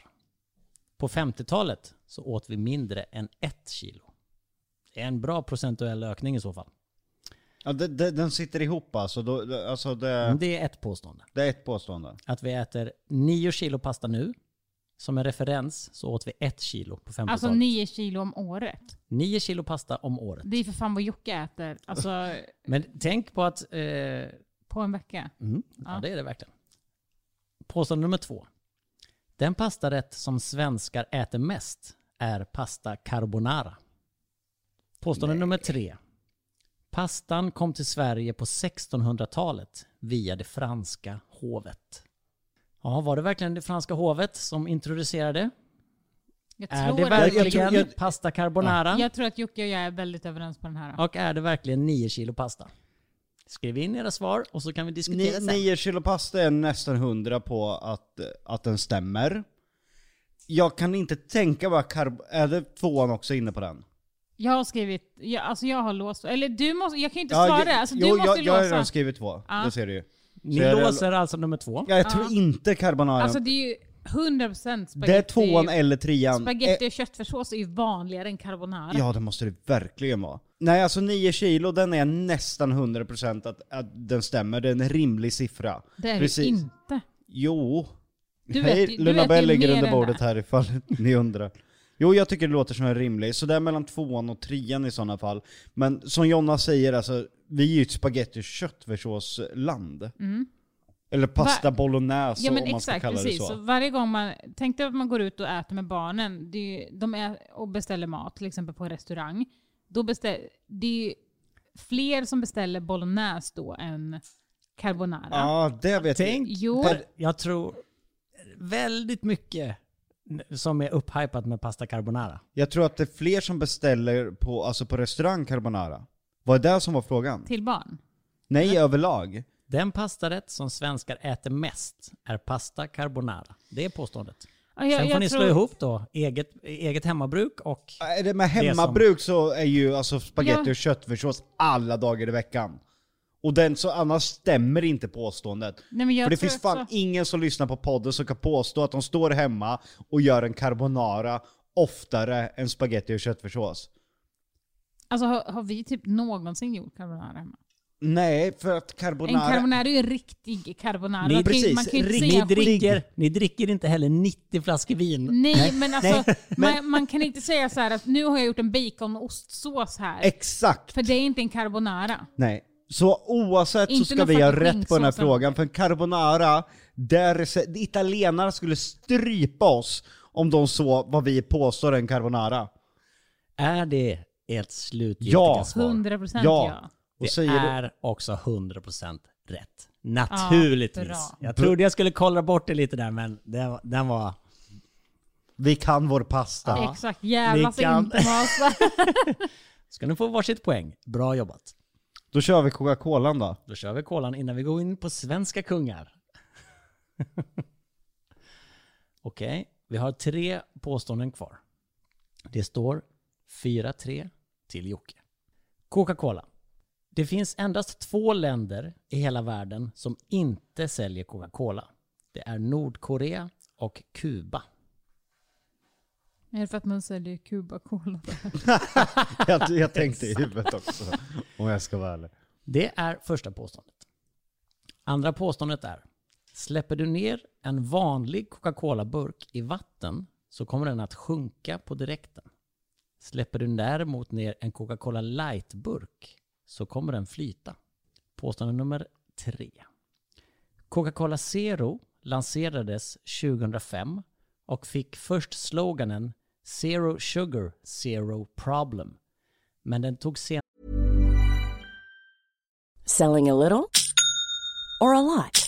På 50-talet så åt vi mindre än 1 kilo. Det är en bra procentuell ökning i så fall. Ja, det, det, den sitter ihop alltså, då, det- alltså Men det, det är ett påstående. det är ett påstående. Att vi äter 9 kilo pasta nu. Som en referens så åt vi 1 kilo på 50-talet. Alltså nio kilo om året. 9 kilo pasta om året. Det är för fan vad Jocke äter. Alltså Men tänk på att... Eh, mm, på en vecka. ja. det är det verkligen. Påstående nummer två. Den pastarätt som svenskar äter mest är pasta carbonara. Påstående nummer tre. Pastan kom till Sverige på 1600-talet via det franska hovet. Ja, var det verkligen det franska hovet som introducerade? Jag Är det tror, verkligen jag, jag- pasta carbonara? jag tror att Jocke och jag är väldigt överens på den här. Och är det verkligen 9 kilo pasta? Skriv in era svar och så kan vi diskutera sen. 9 kilo pasta är nästan 100 på att, att den stämmer. Jag kan inte tänka vad karb... Är det tvåan också inne på den? Jag har skrivit, jag, alltså jag har låst, eller du måste, jag kan ju inte Ja, svara. jag- Alltså, du jo, måste jag, ju jag har låsa. redan skrivit två, Ja. det ser du ju. Ni Så är det- låser alltså nummer två. Ja, jag tror inte carbonara. Alltså det är ju 100% spagetti. det är tvåan är ju- eller trean. Eh, Spagetti och köttfärssås är ju vanligare än carbonara. Ja det måste det verkligen vara. Nej alltså 9 kilo den är nästan 100% att, att den stämmer, det är en rimlig siffra. det är det Precis. inte. Jo. Du vet ju- Hej, du Luna vet Bell ju ligger mer under än bordet det. här ifall <laughs> ni undrar. Jo, jag tycker det låter som en rimlig, så där mellan tvåan och trean i sådana fall. Men som Jonna säger, alltså, vi är ju ett spagetti och köttfärssåsland. Eller pasta Mm. Va- bolognese Ja men om man ska exakt, kalla precis. det Så så. varje gång man, tänk dig att man går ut och äter med barnen det är ju, de är, och beställer mat, till exempel på en restaurang. Då beställ, det är ju fler som beställer bolognese då än carbonara. Ja, det vet jag. Tänk, Jo. Per, jag tror väldigt mycket som är upphypat med pasta carbonara. Jag tror att det är fler som beställer på, alltså på restaurang carbonara. Vad är det som var frågan? Till barn. Nej, överlag. Den pastarätt som svenskar äter mest är pasta carbonara. Det är påståendet. Ja, jag- Sen får jag ni slå tror- ihop då, eget, eget hemmabruk och... Är det med som- hemmabruk så är ju alltså spagetti Ja. och köttfärssås alla dagar i veckan. Och den så annars stämmer inte påståendet. Nej, men jag För det tror finns fan också- ingen som lyssnar på podden som kan påstå att de står hemma och gör en carbonara oftare än spagetti och köttfärssås. Alltså har, har vi typ någonsin gjort carbonara hemma? Nej, för att En carbonara... carbonara är ju en riktig carbonara. Ni- Man kan ju- precis, man kan ju inte Ni säga dricker, ni dricker inte heller 90 flaskor vin. Nej, men alltså Man, man kan inte säga så här att nu har jag gjort en bacon och ostsås här. Exakt! För det är inte en carbonara. Nej. Så oavsett så Inte ska någon vi ha fucking rätt på den här skinksås. frågan, för en carbonara, där rece- italienarna skulle strypa oss om de så vad vi påstår är en carbonara. Är det ert slutgiltiga Ja. svar? 100% ja. Ja. Och Det säger du- är också 100% rätt. Naturligtvis. bra. jag trodde jag skulle kolla bort det lite där, men den, den var... Vi kan vår pasta. Exakt, jävlas Ni kan- inte med oss. <laughs> Ska ni få varsitt poäng? Bra jobbat. Då kör vi Coca-Colan <laughs> då. Då kör vi kolan innan vi går in på svenska kungar. <laughs> Okej, Vi har tre påståenden kvar. Det står 4-3 till Jocke. Coca-Cola. Det finns endast två länder i hela världen som inte säljer Coca-Cola. Det är Nordkorea och Kuba. Är det för att man säljer Cuba-cola? jag, jag tänkte i huvudet också, om jag ska vara ärlig. Det är första påståendet. Andra påståendet är Släpper du ner en vanlig Coca-Cola-burk i vatten så kommer den att sjunka på direkten. Släpper du däremot ner en Coca-Cola light-burk så kommer den flyta. Påstående nummer tre. Coca-Cola Zero lanserades 2005 och fick först sloganen Zero Sugar, Zero Problem. Men den tog sen Selling a little or a lot?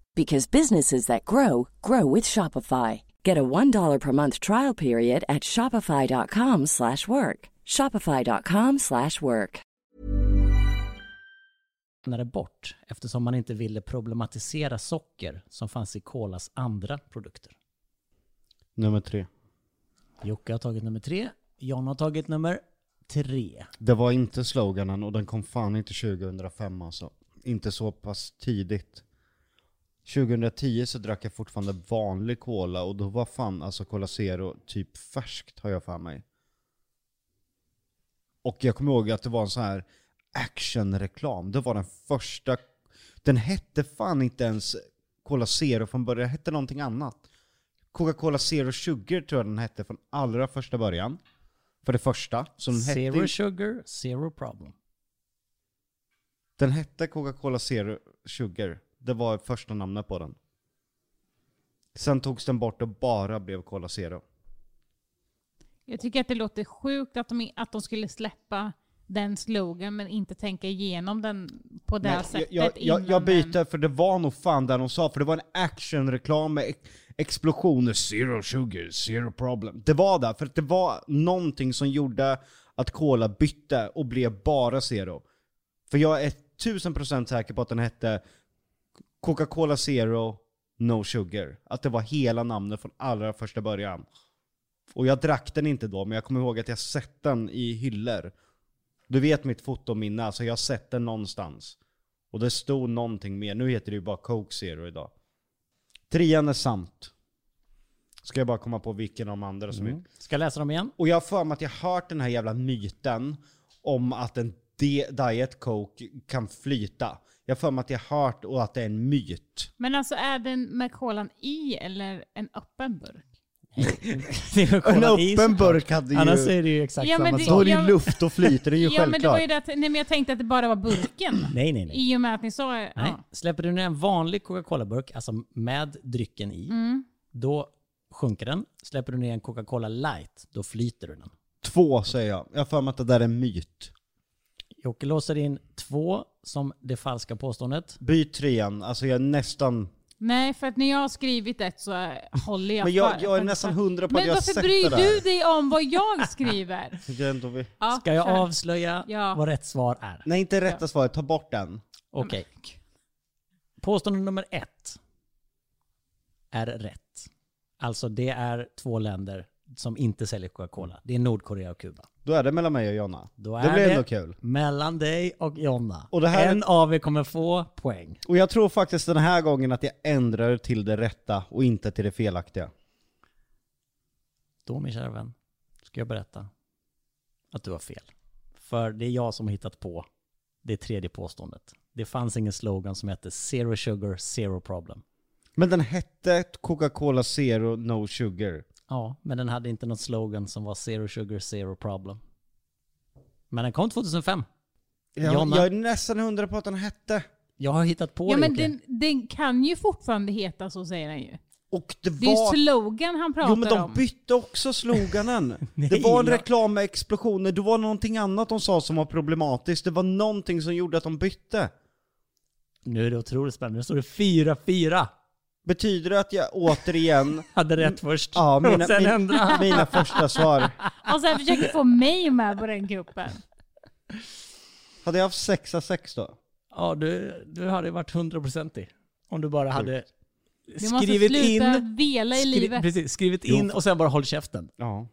because businesses that grow grow with Shopify. Get a $1 per month trial period at shopify.com/work. slash work. shopify.com/work. slash work. lämnade bort eftersom man inte ville problematisera socker som fanns i Colas andra produkter. Nummer tre. Jocke har tagit nummer tre, John har tagit nummer tre. Det var inte sloganen och den kom fan inte 2005 alltså. Inte så pass tidigt. 2010 så drack jag fortfarande vanlig cola och då var fan alltså Cola Zero typ färskt har jag för mig. Och jag kommer ihåg att det var en sån här actionreklam. Det var den första. Den hette fan inte ens Cola Zero från början, den hette någonting annat. Coca-Cola Zero Sugar tror jag den hette från allra första början. För det första. Så den hette, Zero sugar, zero problem. den hette Coca-Cola Zero Sugar. Det var första namnet på den. Sen togs den bort och bara blev Cola Zero. Jag tycker att det låter sjukt att de, att de skulle släppa den slogan men inte tänka igenom den på det Nej, sättet jag, jag, jag innan den- byter, för det var nog fan där de sa, för det var en actionreklam med ex- explosioner, zero sugar, zero problem. Det var där, för att det var någonting som gjorde att Cola bytte och blev bara zero. För jag är tusen procent säker på att den hette Coca-Cola Zero No Sugar. Att det var hela namnet från allra första början. Och jag drack den inte då, men jag kommer ihåg att jag sett den i hyllor. Du vet mitt fotominne, alltså jag har sett den någonstans. Och det stod någonting mer. Nu heter det ju bara Coke Zero idag. Trean är sant. Ska jag bara komma på vilken av de andra som är... Mm. Ska jag läsa dem igen? <laughs> Och jag har för mig att jag har hört den här jävla myten om att en di- diet coke kan flyta. Jag har för mig att jag har hört och att det är en myt. Men alltså är den med kolan i eller en öppen burk? Det är En Cola i öppen såklart. burk hade ju... Annars är det ju exakt Ja, men samma det- Då är sak. det ju Ja, men- luft och flyter, det är ju <laughs> Ja men det självklart. var ju det att, nej men jag tänkte att det bara <clears throat> var burken. Nej, nej, nej. I och med att ni sa... nej. Ja. Släpper du ner en vanlig Coca-Cola-burk, alltså med drycken i, Mm. då sjunker den. Släpper du ner en Coca-Cola light, då flyter du den. Två säger jag. Jag har för mig att det där är en myt. Jocke låser in två som det falska påståendet. Byt trean, alltså jag är nästan... Nej, för att när jag har skrivit ett så eh, håller jag Men jag, jag är nästan hundra på att Men jag har varför sett bryr det du där. dig om <laughs> vad jag skriver? Jag ändå vill- Ja, Ska jag kör. avslöja Ja. vad rätt svar är? Nej, inte rätta svaret. Ta bort den. Okej. Påstående nummer ett är rätt. Alltså det är två länder som inte säljer Coca-Cola. Det är Nordkorea och Kuba. Då är det mellan mig och Jonna. Då det är blir ändå kul. mellan dig och Jonna. Och det här är- en av er kommer få poäng. Och jag tror faktiskt den här gången att jag ändrar det till det rätta och inte till det felaktiga. Då min kära vän, ska jag berätta att du har fel. För det är jag som har hittat på det tredje påståendet. Det fanns ingen slogan som hette Zero Sugar, Zero Problem. Men den hette Coca-Cola Zero No Sugar. Ja, men den hade inte någon slogan som var Zero Sugar, Zero Problem. Men den kom 2005. Jag, Jonna. jag är nästan hundra på att den hette. Jag har hittat på Ja det men Jocke. den, den kan ju fortfarande heta så säger den ju. Och det Det är ju var... slogan han pratar Jo men de om. bytte också sloganen. Nej, det var en ja. reklam med explosioner, det var någonting annat de sa som var problematiskt. Det var någonting som gjorde att de bytte. Nu är det otroligt spännande. Nu står det 4-4. Betyder det att jag återigen... Hade rätt Mm. först. Ja, <laughs> och mina, sen min, ändrade han. mina första svar. Och sen Alltså, försöker få mig med på den gruppen. Hade jag haft sexa sex då? Ja, du, du hade varit hundraprocentig. Om du bara hade Du måste skrivit sluta in... vela i skri- livet. precis, skrivit in och sen bara håll käften. Ja.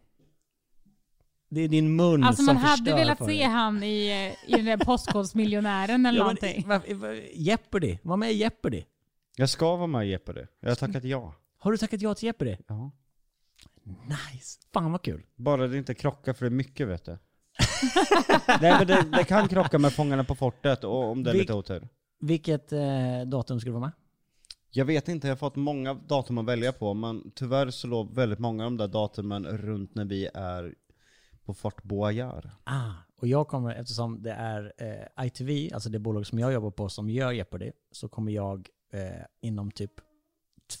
Det är din mun Alltså man Mm, som hade förstör velat för se dig. han i, i den där Postkodmiljonären eller Ja, men, någonting. varför- varför- Jeopardy, var med i Jeopardy. Jag ska vara med i Jeopardy. Jag har tackat ja. Har du tackat ja till Jeopardy? ja. Nice. Fan vad kul. Bara det inte krockar för det är mycket vet <laughs> du. Nej men det, det kan krocka med Fångarna på fortet och om det är Vi- lite otur. Vilket eh, datum skulle du vara med? Jag vet inte, jag har fått många datum att välja på men tyvärr så låg väldigt många av de där datumen runt när vi är på Fort Boyard. Ah, och jag kommer, eftersom det är eh, ITV, alltså det bolag som jag jobbar på som gör Jeopardy, så kommer jag eh, inom typ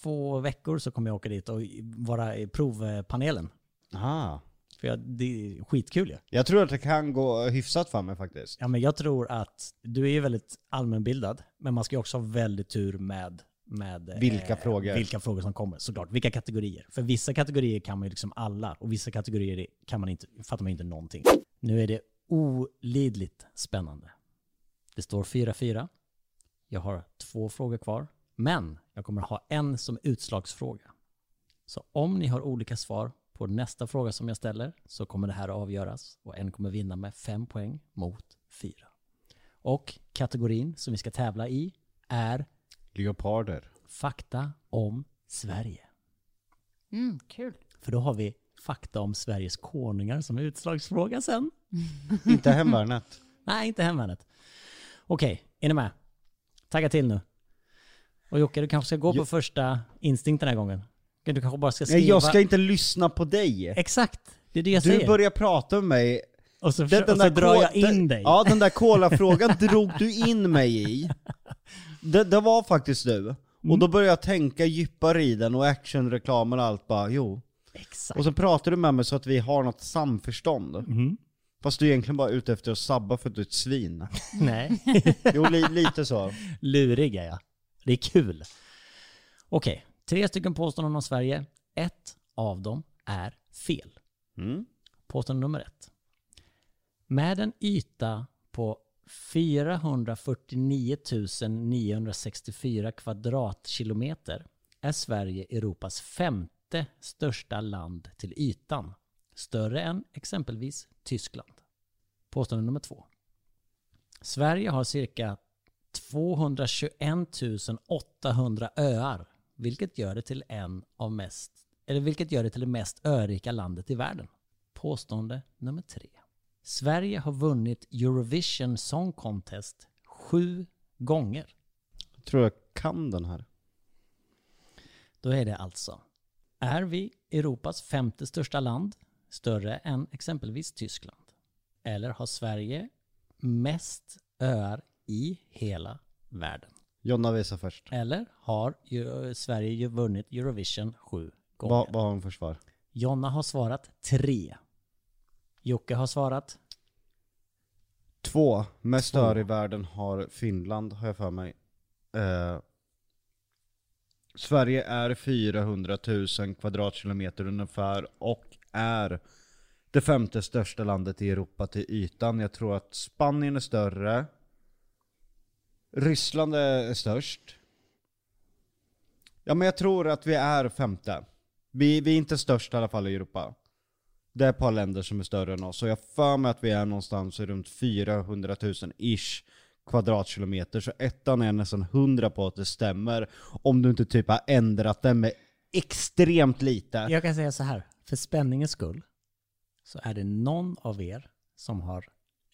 två veckor så kommer jag åka dit och vara i provpanelen. Aha. För jag, det är skitkul ju. Jag tror att det kan gå hyfsat för mig faktiskt. Ja, men jag tror att du är ju väldigt allmänbildad, men man ska ju också ha väldigt tur med, med eh, Vilka frågor? vilka frågor som kommer såklart. Vilka kategorier? För vissa kategorier kan man ju liksom alla och vissa kategorier kan man inte, fattar man ju inte någonting. Nu är det olidligt spännande. Det står 4-4. Jag har två frågor kvar, men jag kommer ha en som utslagsfråga. Så om ni har olika svar på nästa fråga som jag ställer så kommer det här att avgöras och en kommer vinna med fem poäng mot fyra. Och kategorin som vi ska tävla i är Leoparder. fakta om Sverige. Mm, kul. För då har vi fakta om Sveriges konungar som utslagsfråga sen. Inte hemvärnet. Nej, inte hemvärnet. Okej, är ni med? Tagga till nu. Och Jocke, du kanske ska gå på första instinkt den här gången. Du kanske bara ska <laughs> skriva... Nej jag ska inte lyssna på dig. Exakt! Det är det jag Du säger. börjar prata med mig. Och så, Den- och så där drar kol- jag in den- dig. Ja den <laughs> där kolafrågan drog du in mig i. Det, det var faktiskt du. Mm. Och då började jag tänka djupare i den och actionreklamen och allt bara, jo. Exakt. Och så pratar du med mig så att vi har något samförstånd. Mm. Fast du är egentligen bara ute efter att sabba för att du är ett svin. Nej. <laughs> Jo, li, lite <laughs> så. Lurig är jag. Det är kul. Okej, tre stycken påståenden om Sverige. Ett av dem är fel. Mm. Påstående nummer ett. Med en yta på 449 964 kvadratkilometer är Sverige Europas femte största land till ytan. Större än exempelvis Tyskland. Påstående nummer två. Sverige har cirka 221 800 öar, vilket gör det till en av mest, eller vilket gör det till det mest örika landet i världen. Påstående nummer tre. Sverige har vunnit Eurovision Song Contest sju gånger. Jag tror jag kan den här. Då är det alltså. Är vi Europas femte största land, större än exempelvis Tyskland? Eller har Sverige mest öar i hela världen? Jonna visar först. Eller har ju, Sverige ju vunnit Eurovision sju gånger? Vad vad har hon för svar? Jonna har svarat tre. Jocke har svarat Två. Mest Två. öar i världen har Finland, har jag för mig. Eh, Sverige är 400 000 kvadratkilometer ungefär och är det femte största landet i Europa till ytan. Jag tror att Spanien är större. Ryssland är störst. Ja men jag tror att vi är femte. Vi, vi är inte störst i alla fall i Europa. Det är ett par länder som är större än oss, så jag har för mig att vi är någonstans runt 400 000-ish kvadratkilometer, så ettan är jag nästan 100 på att det stämmer, om du inte typ har ändrat den med extremt lite. Jag kan säga så här, för spänningens skull så är det någon av er som har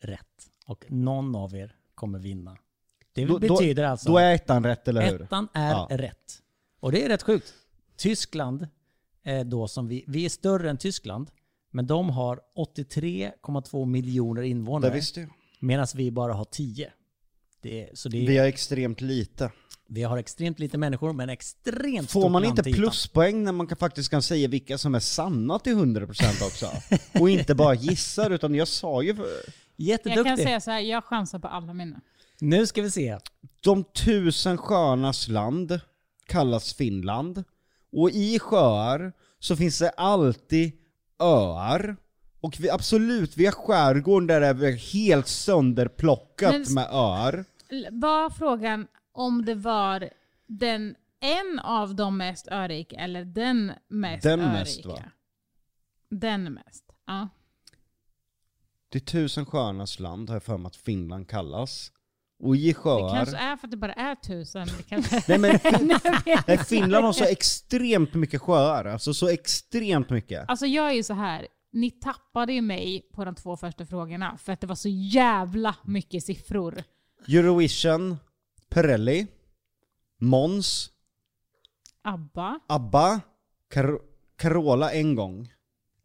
rätt och någon av er kommer vinna. Det Då- då- betyder alltså Då är ettan rätt, eller hur? Ettan är Ja. rätt. Och det är rätt sjukt. Tyskland är då som vi, vi är större än Tyskland, men de har 83,2 miljoner Det invånare visste jag. medan vi bara har 10. Det är, så det är, Vi har extremt lite. Vi har extremt lite människor, men extremt Får stort man land inte till ytan. pluspoäng när man kan faktiskt kan säga vilka som är sanna till 100% också? Och inte bara gissar, utan jag sa ju... för- Jätteduktig. Jag kan säga så här, jag chansar på alla mina. Nu ska vi se. De tusen sjöarnas land kallas Finland. Och i sjöar så finns det alltid öar. Och vi, absolut, vi har skärgården där det är helt sönderplockat Men- med öar. L- Var frågan om det var den, en av de mest örika eller den mest Den örika? mest, va? Den mest, ja. Det är tusen sjöarnas land har jag för mig att Finland kallas. Och i Det sjöar... kanske är för att det bara är tusen. Det kanske... Nej <laughs> men Jag vet Nej, inte. Finland har så extremt mycket sjöar, alltså så extremt mycket. Alltså jag är ju så här. Ni tappade ju mig på de två första frågorna för att det var så jävla mycket siffror. Eurovision, Pirelli, Mons, ABBA. ABBA, Car- Carola en gång,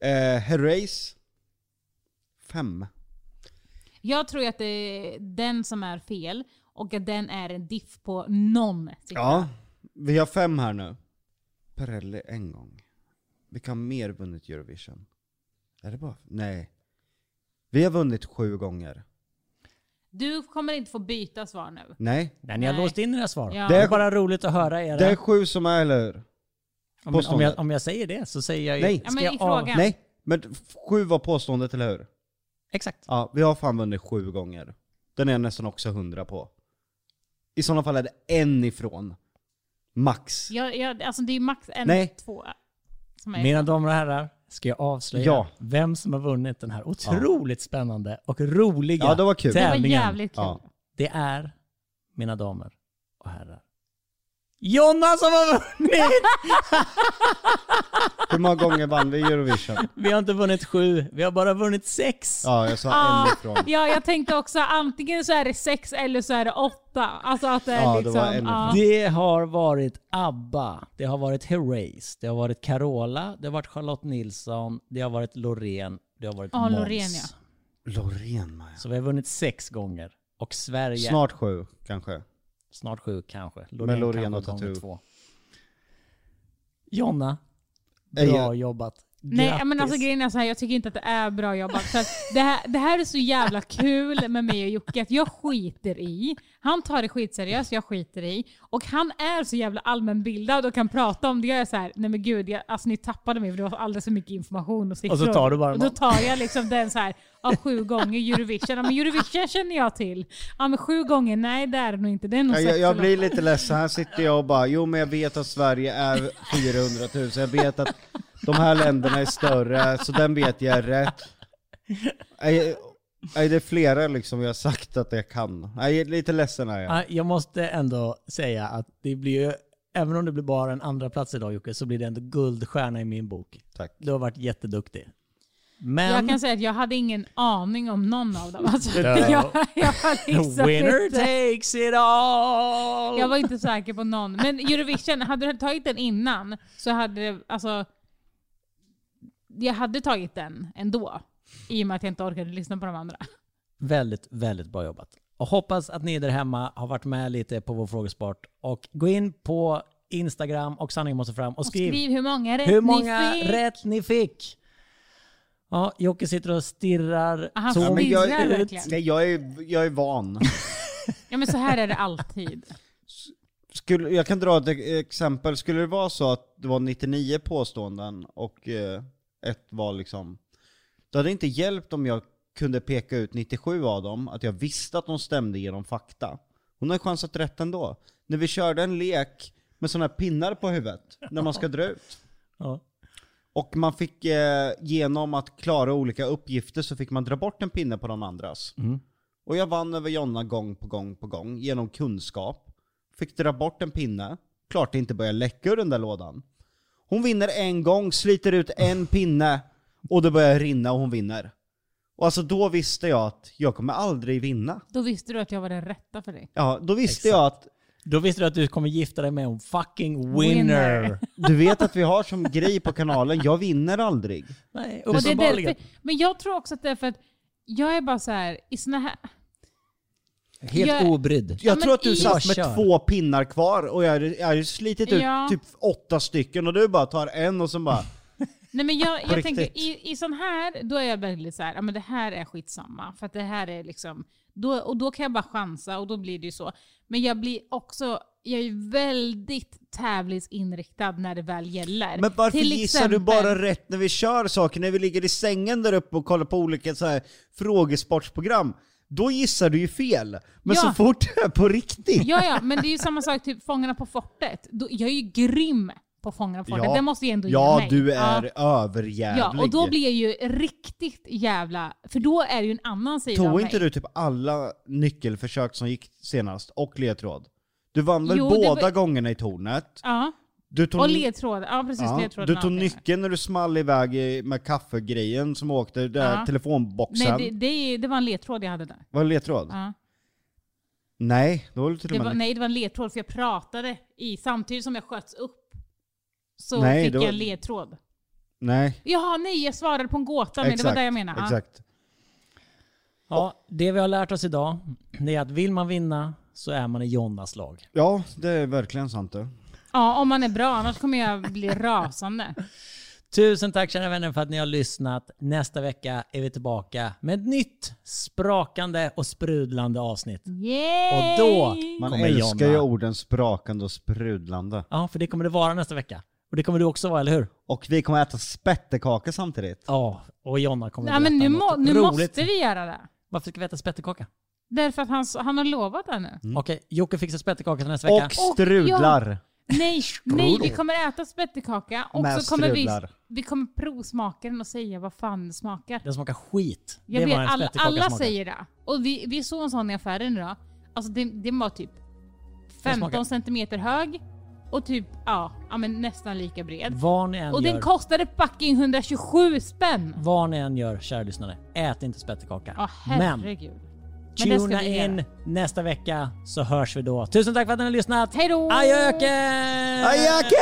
eh, Herreys, fem. Jag tror ju att det är den som är fel och att den är en diff på någon siffra. Ja, vi har fem här nu. Pirelli en gång. Vilka har mer vunnit Eurovision? Är det bara? Nej. Vi har vunnit sju gånger. Du kommer inte få byta svar nu. Nej. Nej, ni har Nej. låst in era svar. Ja. Det Det är är- bara roligt att höra era... Det är sju som är, eller hur? om, om, påstående. jag, om jag säger det så säger jag ju... Nej. Ja, men jag i av- frågan. Nej, men f- sju var påståendet, eller hur? Exakt. Ja, vi har fan vunnit sju gånger. Den är jag nästan också hundra på. I sådana fall är det en ifrån. Max. Jag, jag, alltså det är ju max en, Nej. två. Som är. Mina damer och herrar, ska jag avslöja Ja. vem som har vunnit den här otroligt spännande och roliga Ja, det var kul. det var tävlingen. jävligt kul. Ja. Det är, mina damer och herrar, Jonna som har vunnit! Hur många gånger vann vi Eurovision? Vi har inte vunnit sju, vi har bara vunnit sex. Ja, jag sa Ah. en ifrån. Ja, jag tänkte också antingen så är det sex eller så är det åtta. Alltså att det är Ja, det liksom... var en ja. Det har varit ABBA, det har varit Herreys, det har varit Carola, det har varit Charlotte Nilsson, det har varit Loreen, det har varit Ja, Måns. Loreen, ja. Loreen Maja. Så vi har vunnit sex gånger. Och Sverige, snart, Snart sju, kanske. sju kanske. Med Loreen kanske och gånger Tattoo. två. Jonna, bra Är jag- jobbat. Grattis. Nej men alltså grejen är så här, jag tycker inte att det är bra jobbat. För att det, här, det här är så jävla kul med mig och Jocke, att jag skiter i. Han tar det skitseriöst, jag skiter i. Och han är så jävla allmänbildad och kan prata om det. Jag är så här, nej men gud, jag, alltså ni tappade mig för det var alldeles för mycket information och siffror. Och så tar du bara Och då någon. tar jag liksom den så här, ja, sju gånger Eurovision. Ja men Eurovision känner jag till. Ja men sju gånger, nej det är det nog inte. Det är nog Jag, sex jag, jag eller blir lite ledsen, här sitter jag och bara jo men jag vet att Sverige är 400 000, jag vet att de här länderna är större, så den vet jag är rätt. Nej, nej, det är flera liksom jag har sagt att jag kan. Nej, Jag är lite ledsen är jag. Ja, Jag måste ändå säga att det blir ju, även om det blir bara en andra plats idag Jocke, så blir det ändå guldstjärna i min bok. Tack. Du har varit jätteduktig. Men... Jag kan säga att jag hade ingen aning om någon av dem. Alltså, Ja. <laughs> jag, jag, var <laughs> liksom Winner inte, takes it all! jag var inte säker på någon. Men Eurovision, hade du tagit den innan så hade det, alltså, jag hade tagit den ändå. I och med att jag inte orkade lyssna på de andra. Väldigt, väldigt bra jobbat. Och hoppas att ni där hemma har varit med lite på vår frågesport. Och gå in på Instagram och sanningen måste fram och Och skriv, skriv hur många rätt hur många ni fick. rätt ni fick. Ja, Jocke sitter och stirrar Ah, han tomt men jag- stirrar ut. verkligen. Nej, jag är, jag är van. Ja men så här är det alltid. Skulle, jag kan dra ett exempel, skulle det vara så att det var 99 påståenden och eh, ett var liksom... Det hade inte hjälpt om jag kunde peka ut 97 av dem, att jag visste att de stämde genom fakta. Hon har chansat rätt ändå. När vi körde en lek med sådana här pinnar på huvudet, när man ska dra ut. Ja. Och man fick, eh, genom att klara olika uppgifter så fick man dra bort en pinne på de andras. Mm. Och jag vann över Jonna gång på gång på gång genom kunskap. Fick dra bort en pinne. Klart det inte började läcka ur den där lådan. Hon vinner en gång, sliter ut en pinne och det börjar rinna och hon vinner. Och alltså då visste jag att jag kommer aldrig vinna. Då visste du att jag var den rätta för dig. Ja, då visste jag att Då visste du att du kommer gifta dig med en fucking winner. Winner. du vet att vi har som grej på kanalen, jag vinner aldrig. Nej, Och det är uppenbarligen. därför, men jag tror också att det är för att jag är bara så här, i såna här... Helt Jag- obrydd. Ja, Jag men tror att du i- satt med Kör. två pinnar kvar och jag hade- jag hade slitit ut Ja. typ åtta stycken och du bara tar en och sen bara Nej, men jag, På jag tänker, riktigt. i, i sån här, då är jag väldigt så här, ja men det här är skitsamma. För att det här är liksom, då, och då kan jag bara chansa och då blir det ju så. Men jag blir också, jag är väldigt tävlingsinriktad när det väl gäller. Men varför Till gissar du bara rätt när vi kör saker? När vi ligger i sängen där uppe och kollar på olika så här frågesportsprogram, då gissar du ju fel. Men Ja. så fort det är på riktigt. Ja, ja, men det är ju samma sak, typ Fångarna på fortet. Då, jag är ju grym på Fångarna på fortet, det måste jag ändå ge ja mig. du Ja. är överjävlig. Ja, och då blir jag ju riktigt jävla... För då är det ju en annan sida av Tog mig. inte du typ alla nyckelförsök som gick senast, och ledtråd? Du vann väl Jo, det båda var- gångerna i tornet? Ja, Du tog, och ledtråd. Ja, precis. Ja, ledtråd Du tog nyckeln när du small iväg i- med kaffegrejen som åkte, där Ja. telefonboxen. Nej, det, det, är- det var en ledtråd jag hade där. Var det ledtråd? Ja. Nej, då var det till och Det med var, nyckeln. nej, det var en ledtråd för jag pratade i, samtidigt som jag sköts upp. Så Nej, fick det var- jag en ledtråd. nej. Jaha, nej, jag svarade på en gåta, men det var det jag menade. Ja. Exakt. Ja, det vi har lärt oss idag, det är att vill man vinna så är man i Jonas lag. Ja, det är verkligen sant det. Ja, om man är bra, annars kommer <laughs> jag bli rasande. Tusen tack kära vänner för att ni har lyssnat. Nästa vecka är vi tillbaka med ett nytt sprakande och sprudlande avsnitt. Yay! Och då Man kommer älskar ju Jonna. orden sprakande och sprudlande. Ja, för det kommer det vara nästa vecka. Och det kommer du också vara, eller hur? Och vi kommer äta spettekaka samtidigt. Ja, och Jonna kommer Ja, men nu, må, något nu roligt. måste vi göra det. Varför ska vi äta spettekaka? Därför att han, han har lovat det nu. Okej, Jocke fixar spettekaka till nästa vecka. Och strudlar. Nej, nej, vi kommer äta spettekaka och Med så kommer vi, strudlar. vi kommer provsmaka den och säga vad fan den smakar. Den smakar skit. Jag det vet, var en alla, spettekaka alla smakar. säger det. Och vi, vi såg en sån i affären idag. Alltså den, den var typ 15 smakar- centimeter hög och typ ja, ja men nästan lika bred. Vad ni än Och gör, den kostade fucking 127 spänn! vad ni än gör, kära lyssnare, ät inte spettekaka. Ja men herregud. Men det ska tuna vi göra. in nästa vecka så hörs vi då. Tusen tack för att ni har lyssnat. Hej då! Ajöken! Ajake!